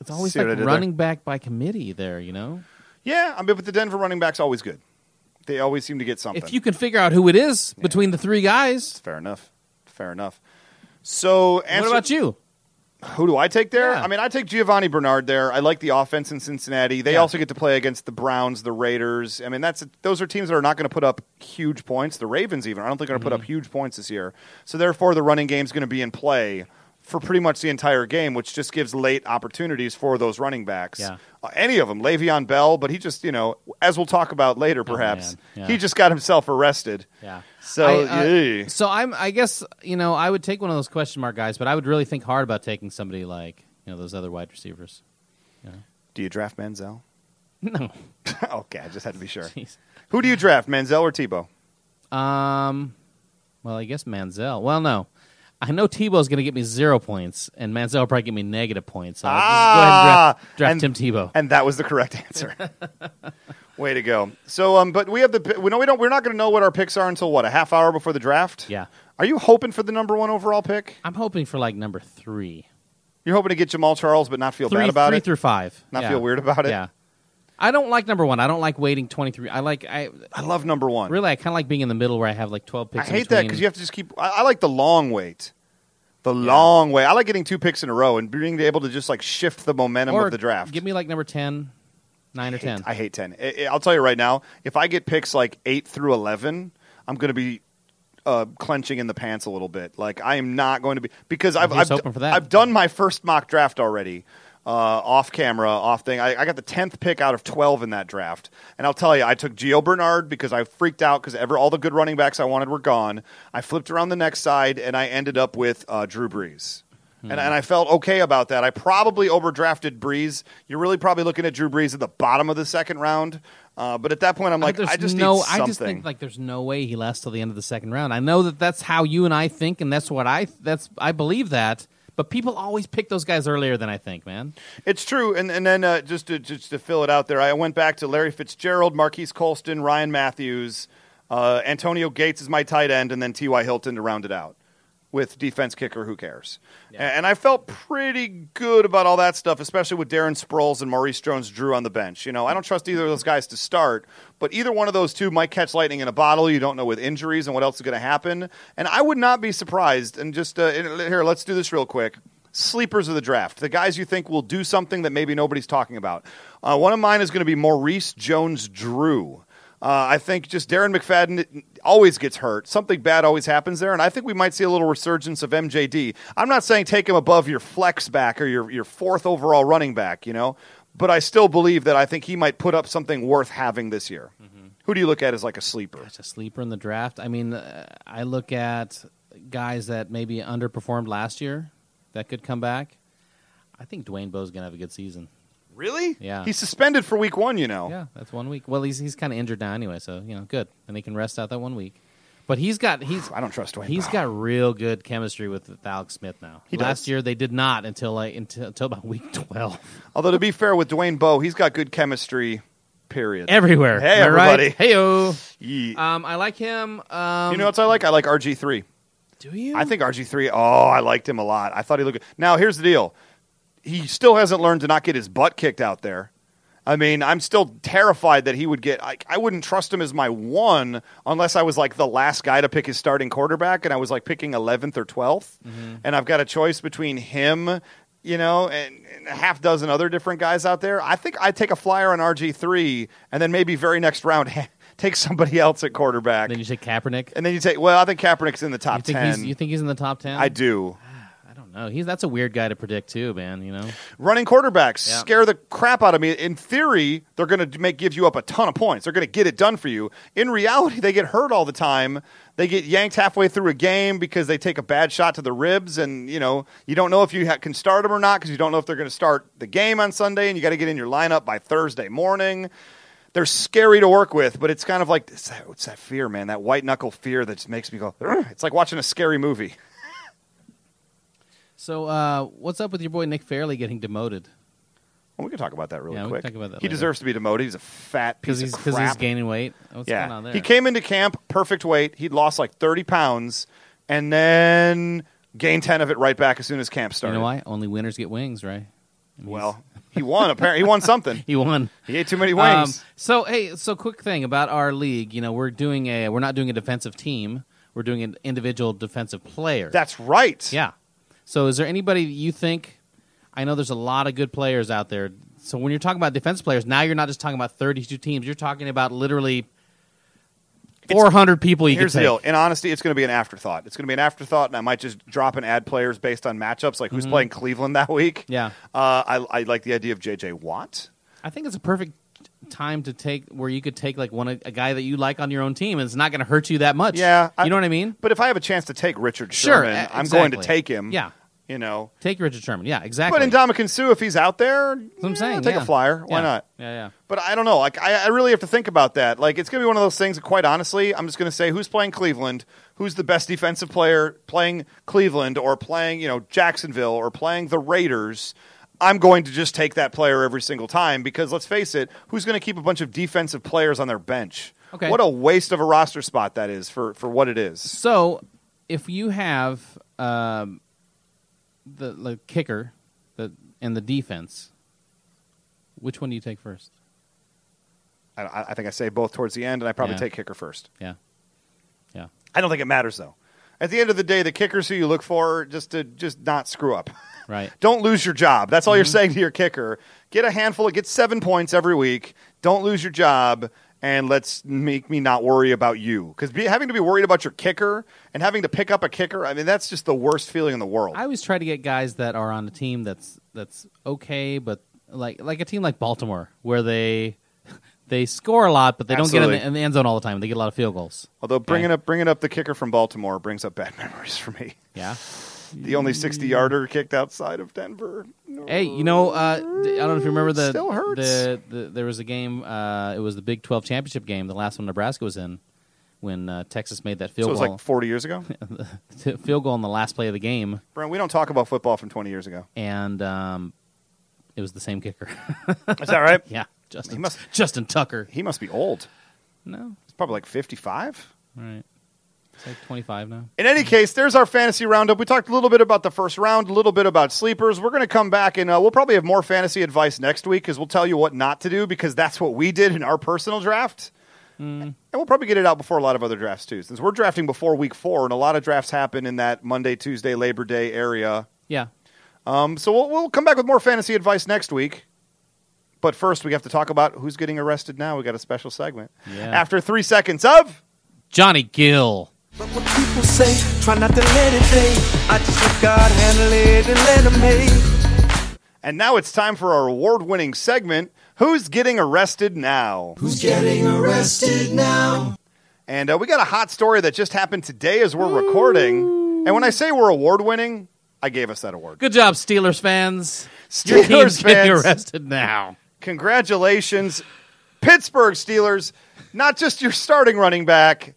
[SPEAKER 2] It's always
[SPEAKER 3] See what I
[SPEAKER 2] like
[SPEAKER 3] did there?
[SPEAKER 2] running back by committee there. You know,
[SPEAKER 3] Yeah, I mean, but the Denver running back's always good. They always seem to get something.
[SPEAKER 2] if you can figure out who it is between the three guys,
[SPEAKER 3] Fair enough. Fair enough. So, answer,
[SPEAKER 2] what about you?
[SPEAKER 3] Who do I take there?
[SPEAKER 2] Yeah.
[SPEAKER 3] I mean, I take Giovanni Bernard there. I like the offense in Cincinnati. They
[SPEAKER 2] Yeah.
[SPEAKER 3] also get to play against the Browns, the Raiders. I mean, that's those are teams that are not going to put up huge points. The Ravens, even, I don't think are going to put up
[SPEAKER 2] Mm-hmm.
[SPEAKER 3] huge points this year. So therefore, the running game's going to be in play for pretty much the entire game, which just gives late opportunities for those running backs.
[SPEAKER 2] Yeah.
[SPEAKER 3] Uh, any of them, Le'Veon Bell, but he just, you know, as we'll talk about later, perhaps
[SPEAKER 2] Oh, man. Yeah.
[SPEAKER 3] he just got himself arrested.
[SPEAKER 2] Yeah.
[SPEAKER 3] So
[SPEAKER 2] I, uh,
[SPEAKER 3] yeah.
[SPEAKER 2] so I'm. I guess you know I would take one of those question mark guys, but I would really think hard about taking somebody like you know those other wide receivers.
[SPEAKER 3] do you draft Manziel?
[SPEAKER 2] No,
[SPEAKER 3] okay, I just had to be sure.
[SPEAKER 2] jeez.
[SPEAKER 3] Who do you draft, Manziel or Tebow?
[SPEAKER 2] Um, well, I guess Manziel. Well, no, I know Tebow's going to get me zero points, and Manziel will probably give me negative points. So I'll
[SPEAKER 3] Ah,
[SPEAKER 2] just go ahead and
[SPEAKER 3] and-
[SPEAKER 2] draft, draft Tim Tebow.
[SPEAKER 3] And that was the correct answer. Way to go. So, um, but we have the pi- we know we don't we're not going to know what our picks are until what a half hour before the draft.
[SPEAKER 2] yeah,
[SPEAKER 3] Are you hoping for the number one overall pick?
[SPEAKER 2] I'm hoping for like number three,
[SPEAKER 3] You're hoping to get Jamal Charles, but not feel
[SPEAKER 2] three,
[SPEAKER 3] bad about
[SPEAKER 2] three
[SPEAKER 3] it.
[SPEAKER 2] through five.
[SPEAKER 3] Not
[SPEAKER 2] Yeah.
[SPEAKER 3] feel weird about it?
[SPEAKER 2] Yeah, I don't like number one. I don't like waiting 23. I like I
[SPEAKER 3] I love number one.
[SPEAKER 2] really I kind of like being in the middle where I have like 12
[SPEAKER 3] I
[SPEAKER 2] picks. in
[SPEAKER 3] hate that
[SPEAKER 2] between.
[SPEAKER 3] because you have to just keep. I, I like the long wait. The long way. I like getting two picks in a row and being able to just like shift the momentum
[SPEAKER 2] or
[SPEAKER 3] of the draft.
[SPEAKER 2] Give me like number 10, nine or
[SPEAKER 3] hate-
[SPEAKER 2] 10.
[SPEAKER 3] I hate 10. I, I- I'll tell you right now, if I get picks like 8 through 11, I'm going to be uh, clenching in the pants a little bit. Like, I am not going to be, because I've,
[SPEAKER 2] Well, who's
[SPEAKER 3] I've,
[SPEAKER 2] hoping for that?
[SPEAKER 3] I've done my first mock draft already. Uh, off camera, off thing. I, I got the tenth pick out of twelve in that draft, and I'll tell you, I took Gio Bernard because I freaked out because ever all the good running backs I wanted were gone. I flipped around the next side, and I ended up with uh, Drew Brees
[SPEAKER 2] Hmm.
[SPEAKER 3] and, and I felt okay about that. I probably overdrafted Breeze. You're really probably looking at Drew Breeze at the bottom of the second round. Uh, but at that point, I'm like,
[SPEAKER 2] there's
[SPEAKER 3] I just
[SPEAKER 2] no,
[SPEAKER 3] need something.
[SPEAKER 2] I just think like there's no way he lasts till the end of the second round. I know that that's how you and I think, and that's what I that's I believe that. But people always pick those guys earlier than I think, man.
[SPEAKER 3] It's true, and and then uh, just to just to fill it out there, I went back to Larry Fitzgerald, Marquise Colston, Ryan Matthews, uh, Antonio Gates is my tight end, and then T.Y. Hilton to round it out with defense kicker. Who cares? A- And, I felt pretty good about all that stuff, especially with Darren Sproles and Maurice Jones-Drew on the bench. You know, I don't trust either of those guys to start, but either one of those two might catch lightning in a bottle. You don't know with injuries and what else is going to happen, and I would not be surprised. And just uh, here, let's do this real quick sleepers of the draft, the guys you think will do something that maybe nobody's talking about. Uh, one of mine is going to be Maurice Jones Drew. Uh, I think just Darren McFadden always gets hurt. Something bad always happens there, and I think we might see a little resurgence of MJD. I'm not saying take him above your flex back or your, your fourth overall running back, you know, but I still believe that I think he might put up something worth having this year. Who do you look at as like a sleeper?
[SPEAKER 2] It's Mm-hmm. a sleeper in the draft. I mean, uh, I look at guys that maybe underperformed last year that could come back. I think Dwayne Bowe's gonna have a good season.
[SPEAKER 3] Really?
[SPEAKER 2] Yeah.
[SPEAKER 3] He's suspended for week one, you know.
[SPEAKER 2] Yeah, that's one week. Well, he's he's kind of injured now anyway, so you know, good, and he can rest out that one week. But he's got he's
[SPEAKER 3] I don't trust Dwayne
[SPEAKER 2] He's
[SPEAKER 3] Bowe.
[SPEAKER 2] got real good chemistry with Alex Smith now.
[SPEAKER 3] He
[SPEAKER 2] Last
[SPEAKER 3] does.
[SPEAKER 2] year they did not until like until, until about week twelve.
[SPEAKER 3] Although to be fair with Dwayne Bowe, he's got good chemistry. Period.
[SPEAKER 2] Everywhere.
[SPEAKER 3] Hey,
[SPEAKER 2] Am I
[SPEAKER 3] everybody.
[SPEAKER 2] Right? Heyo.
[SPEAKER 3] Ye-
[SPEAKER 2] Um, I like him. Um,
[SPEAKER 3] you know what I like? I like RG three.
[SPEAKER 2] do you?
[SPEAKER 3] I think RG three. Oh, I liked him a lot. I thought he looked. Good. Now here's the deal. He still hasn't learned to not get his butt kicked out there. I mean, I'm still terrified that he would get. I, I wouldn't trust him as my one unless I was like the last guy to pick his starting quarterback, and I was like picking 11th or 12th,
[SPEAKER 2] Mm-hmm.
[SPEAKER 3] and I've got a choice between him, you know, and, and a half dozen other different guys out there. I think I'd take a flyer on RG three, and then maybe very next round take somebody else at quarterback,
[SPEAKER 2] Then you say Kaepernick.
[SPEAKER 3] and then you take. Well, I think Kaepernick's in the
[SPEAKER 2] You
[SPEAKER 3] top
[SPEAKER 2] think
[SPEAKER 3] ten.
[SPEAKER 2] he's you think he's in the top ten?
[SPEAKER 3] I do.
[SPEAKER 2] I don't know. He's that's a weird guy to predict too, man. You know.
[SPEAKER 3] Running quarterbacks
[SPEAKER 2] Yeah.
[SPEAKER 3] scare the crap out of me. In theory, they're going to make give you up a ton of points. They're going to get it done for you. In reality, they get hurt all the time. They get yanked halfway through a game because they take a bad shot to the ribs, and you know you don't know if you ha- can start them or not because you don't know if they're going to start the game on Sunday, and you got to get in your lineup by Thursday morning. They're scary to work with, but it's kind of like it's that, it's that fear, man. That white knuckle fear that just makes me go. "Ugh." It's like watching a scary movie.
[SPEAKER 2] So uh, what's up with your boy Nick Fairley getting demoted?
[SPEAKER 3] Well, we can talk about that really
[SPEAKER 2] Yeah, we can
[SPEAKER 3] quick.
[SPEAKER 2] talk about that
[SPEAKER 3] he
[SPEAKER 2] later.
[SPEAKER 3] deserves to be demoted. He's a fat piece
[SPEAKER 2] Because he's
[SPEAKER 3] of
[SPEAKER 2] because
[SPEAKER 3] crap.
[SPEAKER 2] he's gaining weight. What's going on there?
[SPEAKER 3] He came into camp perfect weight. He'd lost like 30 pounds and then gained 10 of it right back as soon as camp
[SPEAKER 2] You
[SPEAKER 3] started.
[SPEAKER 2] know why? Only winners get wings, right? And he's-
[SPEAKER 3] Well, he won apparently. He won something.
[SPEAKER 2] he won.
[SPEAKER 3] He ate too many wings.
[SPEAKER 2] Um, so hey, so quick thing about our league. You know, we're doing a we're not doing a defensive team. We're doing an individual defensive player.
[SPEAKER 3] That's right.
[SPEAKER 2] yeah. So is there anybody you think? I know there's a lot of good players out there. So when you're talking about defense players, now you're not just talking about 32 teams. You're talking about literally 400 people. You
[SPEAKER 3] Here's
[SPEAKER 2] can
[SPEAKER 3] the
[SPEAKER 2] take.
[SPEAKER 3] deal. In honesty, it's going to be an afterthought. It's going to be an afterthought, and I might just drop and add players based on matchups, like who's playing Cleveland that week.
[SPEAKER 2] Mm-hmm. Yeah.
[SPEAKER 3] Uh, I, I like the idea of J.J. Watt.
[SPEAKER 2] I think it's a perfect time to take where you could take like one a guy that you like on your own team, and it's not going to hurt you that much.
[SPEAKER 3] Yeah, I-
[SPEAKER 2] you know what I mean.
[SPEAKER 3] But if I have a chance to take Richard
[SPEAKER 2] Sure,
[SPEAKER 3] Sherman,
[SPEAKER 2] e-
[SPEAKER 3] I'm going to
[SPEAKER 2] exactly.
[SPEAKER 3] take him.
[SPEAKER 2] Yeah.
[SPEAKER 3] You know,
[SPEAKER 2] Take Richard Sherman. Yeah, exactly.
[SPEAKER 3] but in Dominican Sue, if he's out there,
[SPEAKER 2] That's what I'm
[SPEAKER 3] yeah,
[SPEAKER 2] saying.
[SPEAKER 3] take
[SPEAKER 2] yeah.
[SPEAKER 3] a flyer. Why
[SPEAKER 2] Yeah.
[SPEAKER 3] not?
[SPEAKER 2] Yeah, yeah.
[SPEAKER 3] But I don't know. Like I, I really have to think about that. Like it's gonna be one of those things. That, quite honestly, I'm just gonna say who's playing Cleveland, who's the best defensive player playing Cleveland or playing you know Jacksonville or playing the Raiders. I'm going to just take that player every single time because let's face it, who's going to keep a bunch of defensive players on their bench?
[SPEAKER 2] Okay.
[SPEAKER 3] What a waste of a roster spot that is for, for what it is.
[SPEAKER 2] So, if you have um, the, the kicker the, and the defense, which one do you take first?
[SPEAKER 3] I, I I think I say both towards the end, and I probably
[SPEAKER 2] Yeah.
[SPEAKER 3] take kicker first.
[SPEAKER 2] Yeah, yeah.
[SPEAKER 3] I don't think it matters though. At the end of the day, the kickers who you look for just to just not screw up.
[SPEAKER 2] Right.
[SPEAKER 3] Don't lose your job. That's all you're saying to your kicker. Get a handful, get seven points every week. Don't lose your job, and let's make me not worry about you. Because be, having to be worried about your kicker and having to pick up a kicker, I mean, that's just the worst feeling in the world.
[SPEAKER 2] I always try to get guys that are on a team that's that's okay, but like like a team like Baltimore where they they score a lot, but they don't get in
[SPEAKER 3] Absolutely.
[SPEAKER 2] the, in the end zone all the time. They get a lot of field goals.
[SPEAKER 3] Although bringing up bringing up the kicker from Baltimore brings up bad memories for me.
[SPEAKER 2] Yeah.
[SPEAKER 3] The only 60 yarder kicked outside of Denver.
[SPEAKER 2] Hey, you know, uh, th- I don't know if you remember the,
[SPEAKER 3] Still hurts.
[SPEAKER 2] the, the there was a game. Uh, it was the Big Twelve championship game, the last one Nebraska was in, when uh, Texas made that
[SPEAKER 3] So
[SPEAKER 2] field
[SPEAKER 3] it was
[SPEAKER 2] goal,
[SPEAKER 3] like 40 years ago.
[SPEAKER 2] field goal on the last play of the game,
[SPEAKER 3] Brent, we don't talk about football from 20 years ago.
[SPEAKER 2] and um, it was the same kicker.
[SPEAKER 3] Is that right?
[SPEAKER 2] yeah, Justin
[SPEAKER 3] He must-
[SPEAKER 2] Justin Tucker.
[SPEAKER 3] He must be old.
[SPEAKER 2] No,
[SPEAKER 3] He's probably like 55.
[SPEAKER 2] all right, it's like twenty five now.
[SPEAKER 3] In any case, there's our fantasy roundup. We talked a little bit about the first round, a little bit about sleepers. We're going to come back and uh, we'll probably have more fantasy advice next week because we'll tell you what not to do because that's what we did in our personal draft. And we'll probably get it out before a lot of other drafts too, since we're drafting before week four, and a lot of drafts happen in that Monday, Tuesday, Labor Day area.
[SPEAKER 2] Yeah,
[SPEAKER 3] Um, so we'll, we'll come back with more fantasy advice next week. But first, we have to talk about who's getting arrested now. We got a special segment.
[SPEAKER 2] Yeah.
[SPEAKER 3] After three seconds of.
[SPEAKER 2] Johnny Gill.
[SPEAKER 6] But what people say, try not to let it fade. I just let God handle it and let him hate.
[SPEAKER 3] And now it's time for our award winning segment Who's Getting Arrested Now?
[SPEAKER 6] Who's getting arrested now?
[SPEAKER 3] And uh, we got a hot story that just happened today as we're recording. And when I say we're award winning, I gave us that award.
[SPEAKER 2] Good job, Steelers fans. Your team's
[SPEAKER 3] Steelers
[SPEAKER 2] getting
[SPEAKER 3] fans,
[SPEAKER 2] arrested now.
[SPEAKER 3] congratulations. Pittsburgh Steelers, not just your starting running back,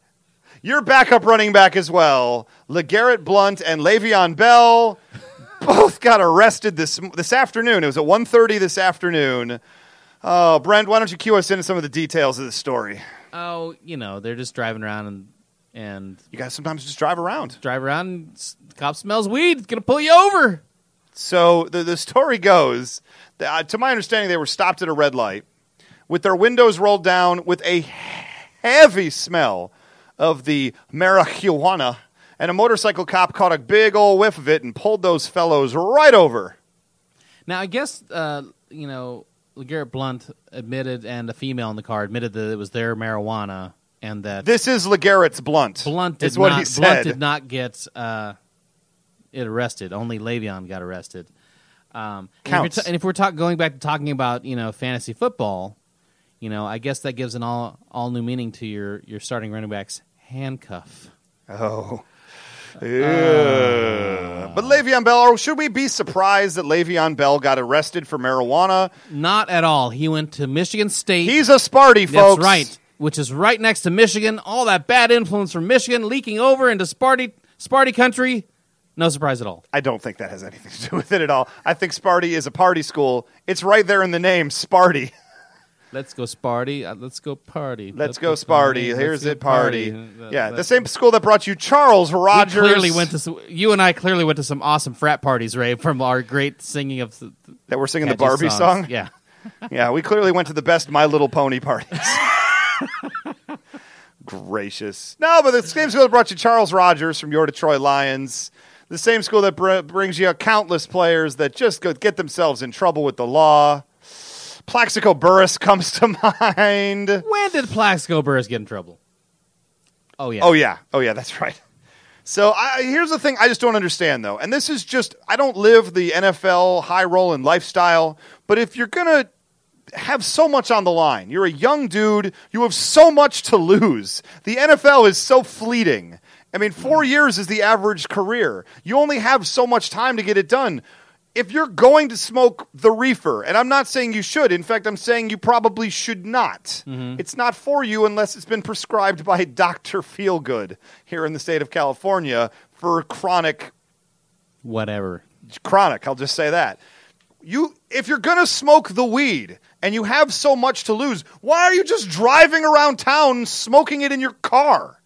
[SPEAKER 3] your backup running back as well. LeGarrette Blunt and Le'Veon Bell both got arrested this, this afternoon. It was at 1.30 this afternoon. Oh, Brent, why don't you cue us into some of the details of this story?
[SPEAKER 2] Oh, you know they're just driving around and and
[SPEAKER 3] You guys sometimes just drive around.
[SPEAKER 2] drive around and s- the cop smells weed. It's gonna pull you over.
[SPEAKER 3] So the, the story goes that, uh, to my understanding, they were stopped at a red light with their windows rolled down with a heavy smell of the marijuana. And a motorcycle cop caught a big old whiff of it and pulled those fellows right over.
[SPEAKER 2] Now, I guess uh, you know Garrett Blunt admitted, and a female in the car admitted that it was their marijuana, and that
[SPEAKER 3] This is LeGarrette's blunt.
[SPEAKER 2] Blunt did
[SPEAKER 3] is what
[SPEAKER 2] not
[SPEAKER 3] he said.
[SPEAKER 2] Blunt did not get uh, it arrested. Only Le'Veon got arrested. Um, and if you're
[SPEAKER 3] Counts.
[SPEAKER 2] ta- And if, we're talk- going back to talking about you know fantasy football, you know I guess that gives an all all new meaning to your your starting running backs handcuff.
[SPEAKER 3] Oh.
[SPEAKER 2] Uh.
[SPEAKER 3] Ugh. but Le'Veon Bell, or should we be surprised that Le'Veon Bell got arrested for marijuana?
[SPEAKER 2] Not at all. He went to Michigan State.
[SPEAKER 3] He's a Sparty,
[SPEAKER 2] That's
[SPEAKER 3] folks.
[SPEAKER 2] right. Which is right next to Michigan. All that bad influence from Michigan leaking over into Sparty Sparty country. No surprise at all.
[SPEAKER 3] I don't think that has anything to do with it at all. I think Sparty is a party school. It's right there in the name, Sparty.
[SPEAKER 2] Let's go Sparty. Uh, let's go party.
[SPEAKER 3] Let's go, Sparty.
[SPEAKER 2] Let's
[SPEAKER 3] Here's
[SPEAKER 2] go
[SPEAKER 3] it, party.
[SPEAKER 2] That-
[SPEAKER 3] Yeah, the
[SPEAKER 2] that-
[SPEAKER 3] same school that brought you Charles
[SPEAKER 2] we
[SPEAKER 3] Rogers.
[SPEAKER 2] clearly went to some, you and I clearly went to some awesome frat parties, Ray, from our great singing of the,
[SPEAKER 3] that we're singing the Barbie song.
[SPEAKER 2] Yeah,
[SPEAKER 3] Yeah, we clearly went to the best My Little Pony parties. Gracious. No, but the same school that brought you Charles Rogers from your Detroit Lions, the same school that br- brings you countless players that just go get themselves in trouble with the law. Plaxico Burris comes to mind.
[SPEAKER 2] when did Plaxico Burris get in trouble? Oh yeah.
[SPEAKER 3] Oh yeah, oh yeah, that's right. So I, here's the thing I just don't understand though, and this is just I don't live the NFL high rolling lifestyle, but if you're gonna have so much on the line, you're a young dude, you have so much to lose. The NFL is so fleeting. I mean, four years is the average career. You only have so much time to get it done. If you're going to smoke the reefer, and I'm not saying you should, in fact, I'm saying you probably should not. It's not for you unless it's been prescribed by Dr. Feelgood here in the state of California for chronic
[SPEAKER 2] Whatever.
[SPEAKER 3] chronic. I'll just say that. You, if you're gonna smoke the weed and you have so much to lose, why are you just driving around town smoking it in your car?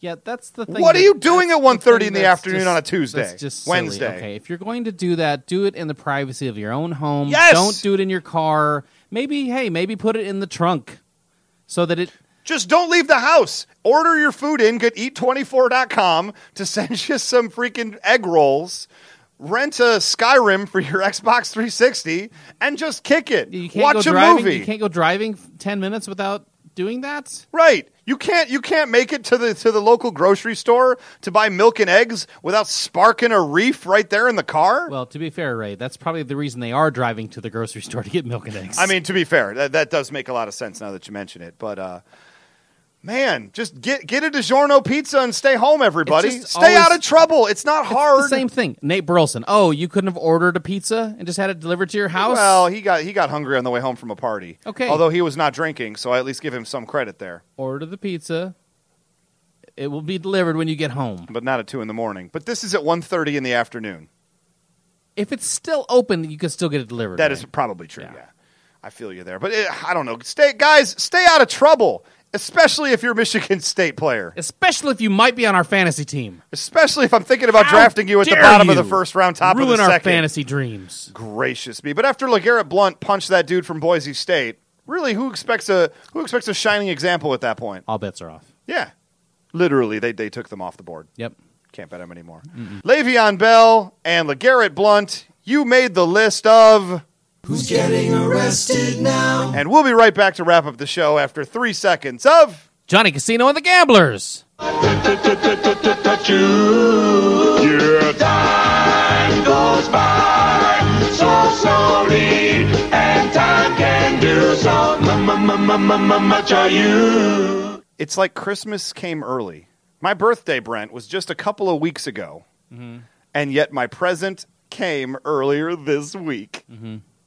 [SPEAKER 2] Yeah, that's the thing.
[SPEAKER 3] What
[SPEAKER 2] that-
[SPEAKER 3] are you doing
[SPEAKER 2] that's
[SPEAKER 3] at 1:30
[SPEAKER 2] the
[SPEAKER 3] in
[SPEAKER 2] thing
[SPEAKER 3] the
[SPEAKER 2] that's
[SPEAKER 3] afternoon
[SPEAKER 2] just-
[SPEAKER 3] on a Tuesday,
[SPEAKER 2] that's just silly.
[SPEAKER 3] Wednesday?
[SPEAKER 2] Okay, if you're going to do that, do it in the privacy of your own home.
[SPEAKER 3] Yes!
[SPEAKER 2] Don't do it in your car. Maybe, hey, maybe put it in the trunk so that it.
[SPEAKER 3] Just don't leave the house. Order your food in. Get eat24.com to send you some freaking egg rolls. Rent a Skyrim for your Xbox 360 and just kick it.
[SPEAKER 2] You can't
[SPEAKER 3] Watch
[SPEAKER 2] go
[SPEAKER 3] a
[SPEAKER 2] driving.
[SPEAKER 3] movie.
[SPEAKER 2] You can't go driving f- ten minutes without doing that.
[SPEAKER 3] Right. You can't you can't make it to the to the local grocery store to buy milk and eggs without sparking a reef right there in the car.
[SPEAKER 2] Well, to be fair, Ray, that's probably the reason they are driving to the grocery store to get milk and eggs.
[SPEAKER 3] I mean, to be fair, that, that does make a lot of sense now that you mention it. But uh, Man, just get get a DiGiorno pizza and stay home, everybody.
[SPEAKER 2] It's just
[SPEAKER 3] Stay out
[SPEAKER 2] always-
[SPEAKER 3] of trouble. It's not hard.
[SPEAKER 2] It's the same thing. Nate Burleson. Oh, you couldn't have ordered a pizza and just had it delivered to your house?
[SPEAKER 3] Well, he got he got hungry on the way home from a party.
[SPEAKER 2] Okay.
[SPEAKER 3] Although he was not drinking, so I at least give him some credit there.
[SPEAKER 2] Order the pizza. It will be delivered when you get home.
[SPEAKER 3] But not at two in the morning. But this is at 1.30 in the afternoon.
[SPEAKER 2] If it's still open, you can still get it delivered.
[SPEAKER 3] That is probably true. Yeah. I feel you there. But it, I don't know. Stay guys, stay out of trouble, especially if you're a Michigan State player.
[SPEAKER 2] especially if you might be on our fantasy team.
[SPEAKER 3] Especially if I'm thinking about
[SPEAKER 2] How
[SPEAKER 3] drafting you at the
[SPEAKER 2] dare
[SPEAKER 3] bottom of
[SPEAKER 2] you
[SPEAKER 3] the first round, top
[SPEAKER 2] Ruin
[SPEAKER 3] of the
[SPEAKER 2] our
[SPEAKER 3] second.
[SPEAKER 2] fantasy dreams.
[SPEAKER 3] Gracious me. But after LeGarrette Blunt punched that dude from Boise State, really who expects a who expects a shining example at that point?
[SPEAKER 2] All bets are off.
[SPEAKER 3] Yeah. Literally, they, they took them off the board.
[SPEAKER 2] Yep.
[SPEAKER 3] Can't bet him anymore. Le'Veon Bell and LeGarrette Blunt, you made the list of.
[SPEAKER 4] Who's getting arrested now?
[SPEAKER 3] And we'll be right back to wrap up the show after three seconds of.
[SPEAKER 2] Johnny Casino and the Gamblers.
[SPEAKER 4] Yeah.
[SPEAKER 7] time goes by so slowly, and time can do so m- m- m- m- m- m- much of you.
[SPEAKER 3] It's like Christmas came early. My birthday, Brent, was just a couple of weeks ago. And yet my present came earlier this week.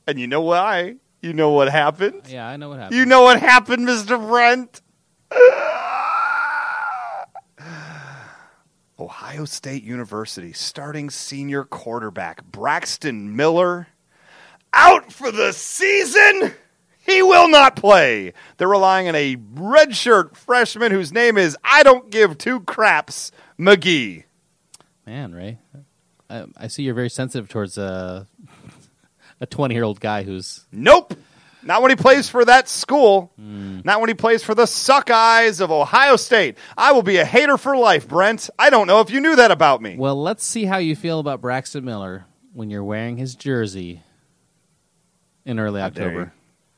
[SPEAKER 3] And you know why? You know what happened?
[SPEAKER 2] Yeah, I know what happened.
[SPEAKER 3] You know what happened, Mr. Brent? Ohio State University starting senior quarterback Braxton Miller out for the season. He will not play. They're relying on a redshirt freshman whose name is I don't give two craps McGee.
[SPEAKER 2] Man, Ray, I, I see you're very sensitive towards uh, a 20 year old guy who's
[SPEAKER 3] Nope. Not when he plays for that school. Not when he plays for the Suckeyes of Ohio State. I will be a hater for life, Brent. I don't know if you knew that about me.
[SPEAKER 2] Well, let's see how you feel about Braxton Miller when you're wearing his jersey in early
[SPEAKER 3] dare
[SPEAKER 2] October.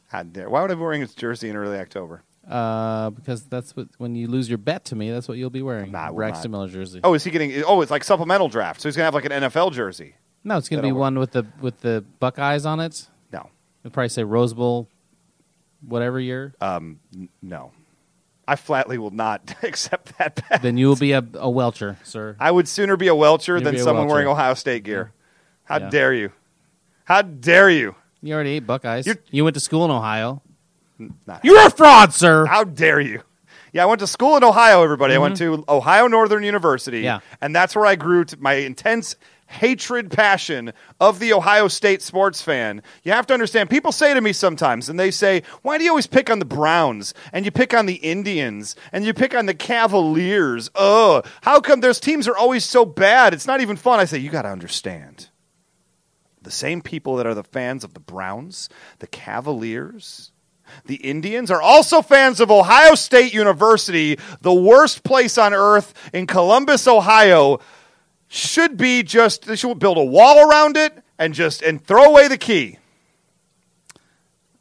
[SPEAKER 3] How dare- Why would I be wearing his jersey in early October?
[SPEAKER 2] Uh, because that's what when you lose your bet to me, that's what you'll be wearing.
[SPEAKER 3] Nah, I will
[SPEAKER 2] Braxton
[SPEAKER 3] not.
[SPEAKER 2] Miller jersey.
[SPEAKER 3] Oh, is he getting? Oh, it's like supplemental draft, so he's gonna have like an NFL jersey.
[SPEAKER 2] no, it's gonna be
[SPEAKER 3] that'll work.
[SPEAKER 2] one with the with the Buckeyes on it.
[SPEAKER 3] No,
[SPEAKER 2] It'll probably say Rose Bowl, whatever year.
[SPEAKER 3] Uh, no, I flatly will not accept that bet.
[SPEAKER 2] then you will be a, a welcher, sir.
[SPEAKER 3] I would sooner be a Welcher
[SPEAKER 2] You'd
[SPEAKER 3] than
[SPEAKER 2] be a
[SPEAKER 3] someone
[SPEAKER 2] Welcher.
[SPEAKER 3] wearing Ohio State gear. How
[SPEAKER 2] Yeah.
[SPEAKER 3] dare you? How dare you?
[SPEAKER 2] You already ate Buckeyes.
[SPEAKER 3] You're-
[SPEAKER 2] you went to school in Ohio.
[SPEAKER 3] not-
[SPEAKER 2] You're a fraud, sir.
[SPEAKER 3] How dare you? Yeah, I went to school in Ohio, everybody. I went to Ohio Northern University.
[SPEAKER 2] Yeah.
[SPEAKER 3] And that's where I grew to my intense hatred passion of the Ohio State sports fan. You have to understand, people say to me sometimes, and they say, Why do you always pick on the Browns? And you pick on the Indians? And you pick on the Cavaliers? Ugh. How come those teams are always so bad? It's not even fun. I say, You got to understand the same people that are the fans of the Browns, the Cavaliers, the Indians are also fans of Ohio State University, the worst place on earth in Columbus, Ohio. Should be just they should build a wall around it and just and throw away the key.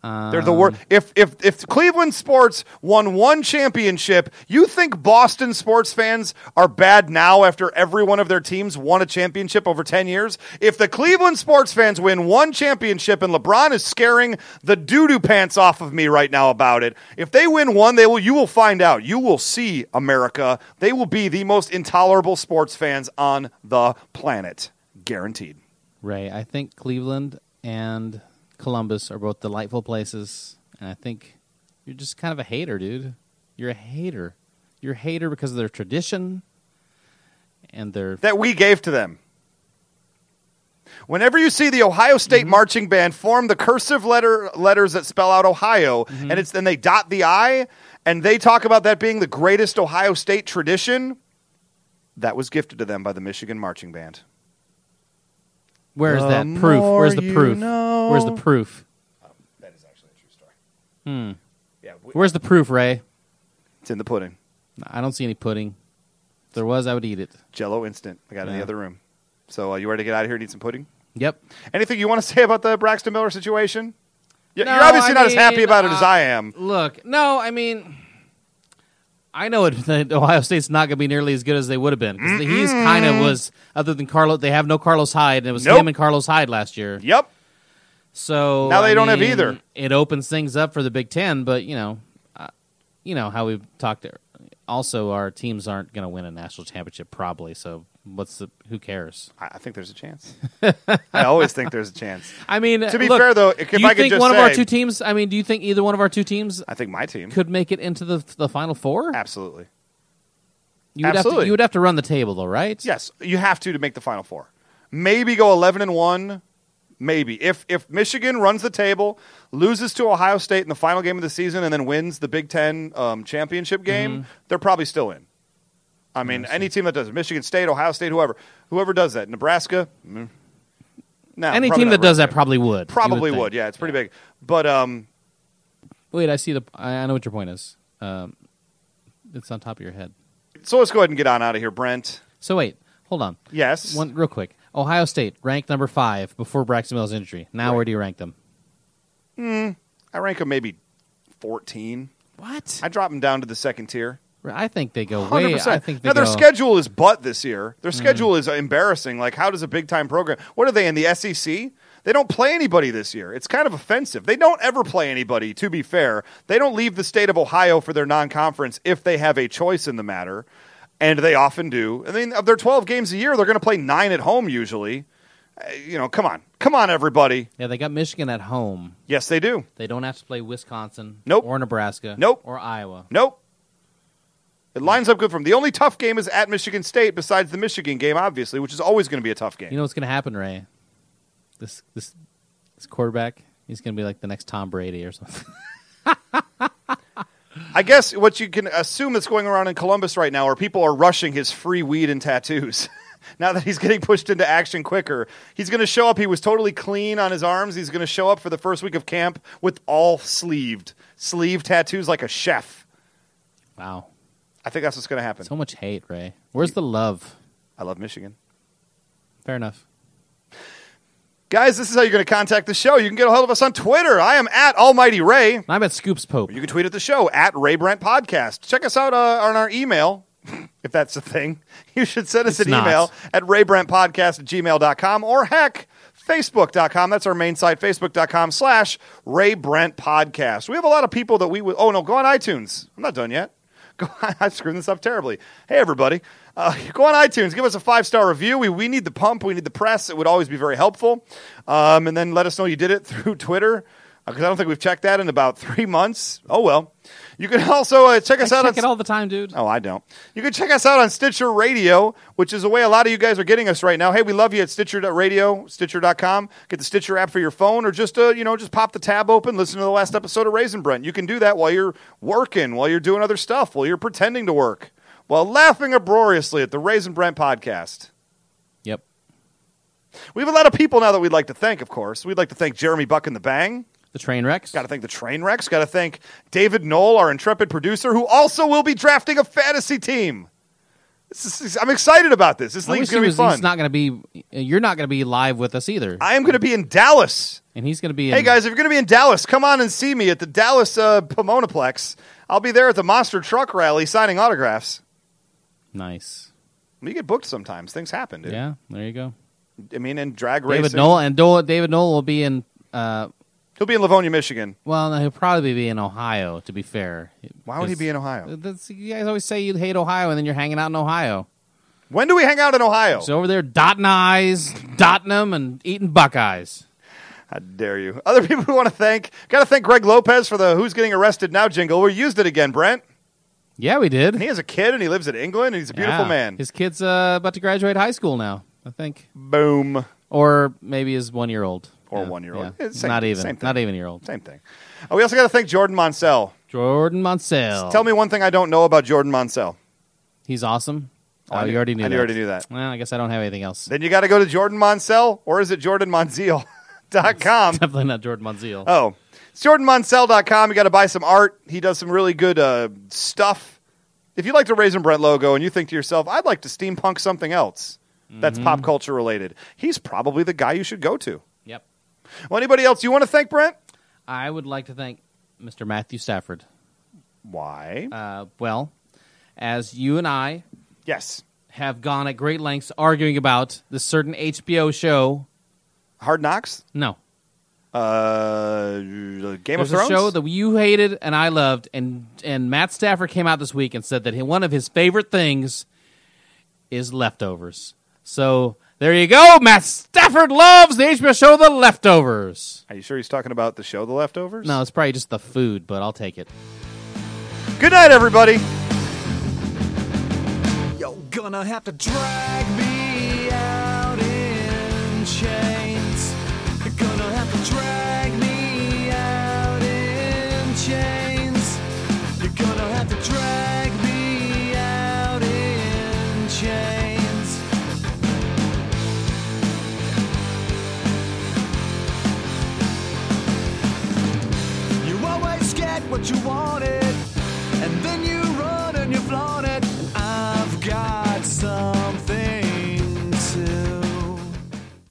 [SPEAKER 3] They're the worst. If if if Cleveland sports won one championship, you think Boston sports fans are bad now after every one of their teams won a championship over ten years? If the Cleveland sports fans win one championship, and LeBron is scaring the doo doo pants off of me right now about it, if they win one, they will. You will find out. You will see America. They will be the most intolerable sports fans on the planet, guaranteed.
[SPEAKER 2] Ray, I think Cleveland and Columbus are both delightful places, and I think you're just kind of a hater, dude. You're a hater. You're a hater because of their tradition and their
[SPEAKER 3] that we gave to them. Whenever you see the Ohio State marching band form the cursive letter letters that spell out Ohio, and it's then they dot the I, and they talk about that being the greatest Ohio State tradition, that was gifted to them by the Michigan marching band.
[SPEAKER 2] where is
[SPEAKER 3] The
[SPEAKER 2] that proof?
[SPEAKER 3] more
[SPEAKER 2] Where's the
[SPEAKER 3] you
[SPEAKER 2] proof?
[SPEAKER 3] know.
[SPEAKER 2] Where's the proof?
[SPEAKER 3] That is actually a true story.
[SPEAKER 2] Hmm.
[SPEAKER 3] Yeah, we-
[SPEAKER 2] Where's the proof, Ray?
[SPEAKER 3] it's in the pudding.
[SPEAKER 2] I don't see any pudding. If there was, I would eat it.
[SPEAKER 3] Jello instant. I got it in the
[SPEAKER 2] Yeah.
[SPEAKER 3] other room. So uh, you ready to get out of here and eat some pudding?
[SPEAKER 2] Yep.
[SPEAKER 3] Anything you want to say about the Braxton Miller situation? Y-
[SPEAKER 2] No,
[SPEAKER 3] You're obviously
[SPEAKER 2] I
[SPEAKER 3] not as happy
[SPEAKER 2] mean,
[SPEAKER 3] about it as
[SPEAKER 2] uh,
[SPEAKER 3] I am.
[SPEAKER 2] Look, no, I mean, I know it, that Ohio State's not going to be nearly as good as they would have been because he's kind of was other than Carlos. They have no Carlos Hyde, and it was
[SPEAKER 3] Nope.
[SPEAKER 2] him and Carlos Hyde last year.
[SPEAKER 3] Yep.
[SPEAKER 2] So
[SPEAKER 3] Now they
[SPEAKER 2] I
[SPEAKER 3] don't have
[SPEAKER 2] mean,
[SPEAKER 3] either.
[SPEAKER 2] It opens things up for the Big Ten, but you know, I, uh, you know how we've talked. Also, our teams aren't going to win a national championship probably. So what's the? Who cares?
[SPEAKER 3] I I think there's a chance. I always think there's a chance.
[SPEAKER 2] I mean,
[SPEAKER 3] To be
[SPEAKER 2] look,
[SPEAKER 3] fair, though, if
[SPEAKER 2] do
[SPEAKER 3] I
[SPEAKER 2] you
[SPEAKER 3] could
[SPEAKER 2] think
[SPEAKER 3] just
[SPEAKER 2] one of our
[SPEAKER 3] say-
[SPEAKER 2] two teams? I mean, do you think either one of our two teams
[SPEAKER 3] I think my team.
[SPEAKER 2] could make it into the the final four?
[SPEAKER 3] Absolutely.
[SPEAKER 2] You would Have to,
[SPEAKER 3] absolutely.
[SPEAKER 2] you would have to run the table though, right?
[SPEAKER 3] Yes, you have to to make the final four. Maybe go 11 and 1. Maybe. If if Michigan runs the table, loses to Ohio State in the final game of the season and then wins the Big 10 um,
[SPEAKER 2] Mm-hmm.
[SPEAKER 3] championship game, they're probably still in. I mean, any team that does it, Michigan State, Ohio State, whoever, whoever does that, Nebraska, mm. no,
[SPEAKER 2] Any
[SPEAKER 3] probably
[SPEAKER 2] team
[SPEAKER 3] not
[SPEAKER 2] that does
[SPEAKER 3] really.
[SPEAKER 2] that probably would. you
[SPEAKER 3] probably
[SPEAKER 2] think.
[SPEAKER 3] would. Yeah, it's pretty big. But um,
[SPEAKER 2] Wait, I see the. I, I know what your point is. Um, it's on top of your head.
[SPEAKER 3] so let's go ahead and get on out of here, Brent.
[SPEAKER 2] So wait, hold on.
[SPEAKER 3] Yes,
[SPEAKER 2] One real quick. Ohio State ranked number five before Braxton Mills' injury. Now where do you rank them?
[SPEAKER 3] I rank them maybe 14.
[SPEAKER 2] What?
[SPEAKER 3] I drop them down to the second tier.
[SPEAKER 2] I, think they go way.
[SPEAKER 3] Hundred
[SPEAKER 2] I
[SPEAKER 3] percent.
[SPEAKER 2] think they
[SPEAKER 3] Now their
[SPEAKER 2] go- Mm.
[SPEAKER 3] schedule is butt this year. Their schedule is embarrassing. Like, how does a big time program? What are they in the SEC? They don't play anybody this year. It's kind of offensive. They don't ever play anybody. To be fair, they don't leave the state of Ohio for their non conference if they have a choice in the matter, and they often do. I mean, of their twelve games a year, they're going to play nine at home usually. Uh, You know, come on, come on, everybody.
[SPEAKER 2] Yeah, they got Michigan at home.
[SPEAKER 3] Yes, they do.
[SPEAKER 2] They don't have to play Wisconsin.
[SPEAKER 3] Nope.
[SPEAKER 2] Or Nebraska.
[SPEAKER 3] Nope.
[SPEAKER 2] Or Iowa.
[SPEAKER 3] Nope. It lines up good for them. The only tough game is at Michigan State, besides the Michigan game, obviously, which is always going to be a tough game.
[SPEAKER 2] You know what's going to happen, Ray? This this this quarterback. He's going to be like the next Tom Brady or something.
[SPEAKER 3] I guess what you can assume that's going around in Columbus right now are people are rushing his free weed and tattoos. now that he's getting pushed into action quicker, he's going to show up. He was totally clean on his arms. He's going to show up for the first week of camp with all sleeved, sleeve tattoos like a chef.
[SPEAKER 2] wow.
[SPEAKER 3] I think that's what's going to happen.
[SPEAKER 2] So much hate, Ray. Where's the love?
[SPEAKER 3] I love Michigan.
[SPEAKER 2] Fair enough.
[SPEAKER 3] Guys, this is how you're going to contact the show. You can get a hold of us on Twitter. I am at Almighty Ray.
[SPEAKER 2] And I'm at Scoops Pope.
[SPEAKER 3] You can tweet at the show at Ray Brent Podcast. Check us out uh, on our email, if that's a thing. You should send us
[SPEAKER 2] It's
[SPEAKER 3] an
[SPEAKER 2] not.
[SPEAKER 3] email at raybrentpodcast at gmail.com or heck, facebook.com. That's our main site, facebook.com slash Ray Brent Podcast. We have a lot of people that we would, oh no, go on iTunes. I'm not done yet. Go on, I'm screwing this up terribly. Hey, everybody. Uh, go on iTunes. Give us a five star review. We, we need the pump. We need the press. It would always be very helpful. Um, and then let us know you did it through Twitter because I don't think we've checked that in about three months. Oh, well. You can also uh, check us
[SPEAKER 2] I
[SPEAKER 3] out
[SPEAKER 2] check
[SPEAKER 3] on
[SPEAKER 2] it all the time, dude.
[SPEAKER 3] Oh, I don't. You can check us out on Stitcher Radio, which is the way a lot of you guys are getting us right now. Hey, we love you at Stitcher Radio, Stitcher.com. Get the Stitcher app for your phone, or just uh, you know, just pop the tab open, listen to the last episode of Raisin Brent. You can do that while you're working, while you're doing other stuff, while you're pretending to work, while laughing uproariously at the Raisin Brent podcast.
[SPEAKER 2] Yep.
[SPEAKER 3] We have a lot of people now that we'd like to thank. Of course, we'd like to thank Jeremy Buck and the Bang.
[SPEAKER 2] The train wrecks.
[SPEAKER 3] Got to thank the train wrecks. Got to thank David Knoll, our intrepid producer, who also will be drafting a fantasy team. This is, I'm excited about this. This
[SPEAKER 2] I wish
[SPEAKER 3] league's
[SPEAKER 2] he
[SPEAKER 3] going to be
[SPEAKER 2] was-
[SPEAKER 3] fun.
[SPEAKER 2] He's not going to be. You're not going to be live with us either.
[SPEAKER 3] I am going to be in Dallas.
[SPEAKER 2] and he's going to be.
[SPEAKER 3] Hey
[SPEAKER 2] in-
[SPEAKER 3] guys, if you're going to be in Dallas, come on and see me at the Dallas uh, Pomonaplex. I'll be there at the Monster Truck Rally signing autographs.
[SPEAKER 2] Nice.
[SPEAKER 3] We get booked sometimes. Things happen, dude.
[SPEAKER 2] Yeah. There you go.
[SPEAKER 3] I mean, in drag
[SPEAKER 2] David
[SPEAKER 3] racing.
[SPEAKER 2] Knoll and Dole, David Knoll will be in. Uh,
[SPEAKER 3] He'll be in Livonia, Michigan.
[SPEAKER 2] well, no, he'll probably be in Ohio. To be fair,
[SPEAKER 3] Why would he be in Ohio?
[SPEAKER 2] That's, you guys always say you hate Ohio, and then you're hanging out in Ohio.
[SPEAKER 3] When do we hang out in Ohio?
[SPEAKER 2] So over there, dotting eyes, dotting them, and eating Buckeyes.
[SPEAKER 3] How dare you? Other people we want to thank. Got to thank Greg Lopez for the "Who's Getting Arrested Now" jingle. We used it again, Brent.
[SPEAKER 2] Yeah, we did.
[SPEAKER 3] He has a kid and he lives in England and he's a beautiful
[SPEAKER 2] Yeah.
[SPEAKER 3] man.
[SPEAKER 2] His kid's uh, about to graduate high school now, I think,
[SPEAKER 3] Boom.
[SPEAKER 2] or maybe his one year old
[SPEAKER 3] Or one-year-old. It's same-
[SPEAKER 2] Not even.
[SPEAKER 3] same thing.
[SPEAKER 2] Not even year old.
[SPEAKER 3] Same thing. Oh, we also got to thank Jordan Monsell.
[SPEAKER 2] Jordan Monsell.
[SPEAKER 3] Tell me one thing I don't know about Jordan Monsell.
[SPEAKER 2] he's awesome. Oh,
[SPEAKER 3] I
[SPEAKER 2] you already knew.
[SPEAKER 3] I
[SPEAKER 2] that.
[SPEAKER 3] already knew that.
[SPEAKER 2] Well, I guess I don't have anything else.
[SPEAKER 3] Then you got to go to Jordan Monsell or is it jordanmonziel.com?
[SPEAKER 2] Definitely not Jordan Monziel.
[SPEAKER 3] Oh, it's jordanmonsell.com. You got to buy some art. He does some really good uh, stuff. If you like the Raisin Brent logo and you think to yourself, I'd like to steampunk something else that's
[SPEAKER 2] Mm-hmm.
[SPEAKER 3] pop culture related, he's probably the guy you should go to.
[SPEAKER 2] Yep.
[SPEAKER 3] Well, anybody else you want to thank, Brent?
[SPEAKER 2] I would like to thank Mr. Matthew Stafford.
[SPEAKER 3] Why?
[SPEAKER 2] Uh, well, as you and I
[SPEAKER 3] yes.
[SPEAKER 2] have gone at great lengths arguing about this certain HBO show.
[SPEAKER 3] Hard Knocks?
[SPEAKER 2] No.
[SPEAKER 3] Uh, Game
[SPEAKER 2] There's
[SPEAKER 3] of
[SPEAKER 2] a
[SPEAKER 3] Thrones.
[SPEAKER 2] show that you hated and I loved, and and Matt Stafford came out this week and said that he- one of his favorite things is leftovers. So there you go. Matt Stafford loves the HBO show The Leftovers.
[SPEAKER 3] Are you sure he's talking about the show The Leftovers?
[SPEAKER 2] No, it's probably just the food, but I'll take it.
[SPEAKER 3] Good night, everybody.
[SPEAKER 1] You're gonna have to drag me out in chains. You're gonna have to drag me out in chains. You're gonna have to drag me out in chains. You always get what you wanted, and then you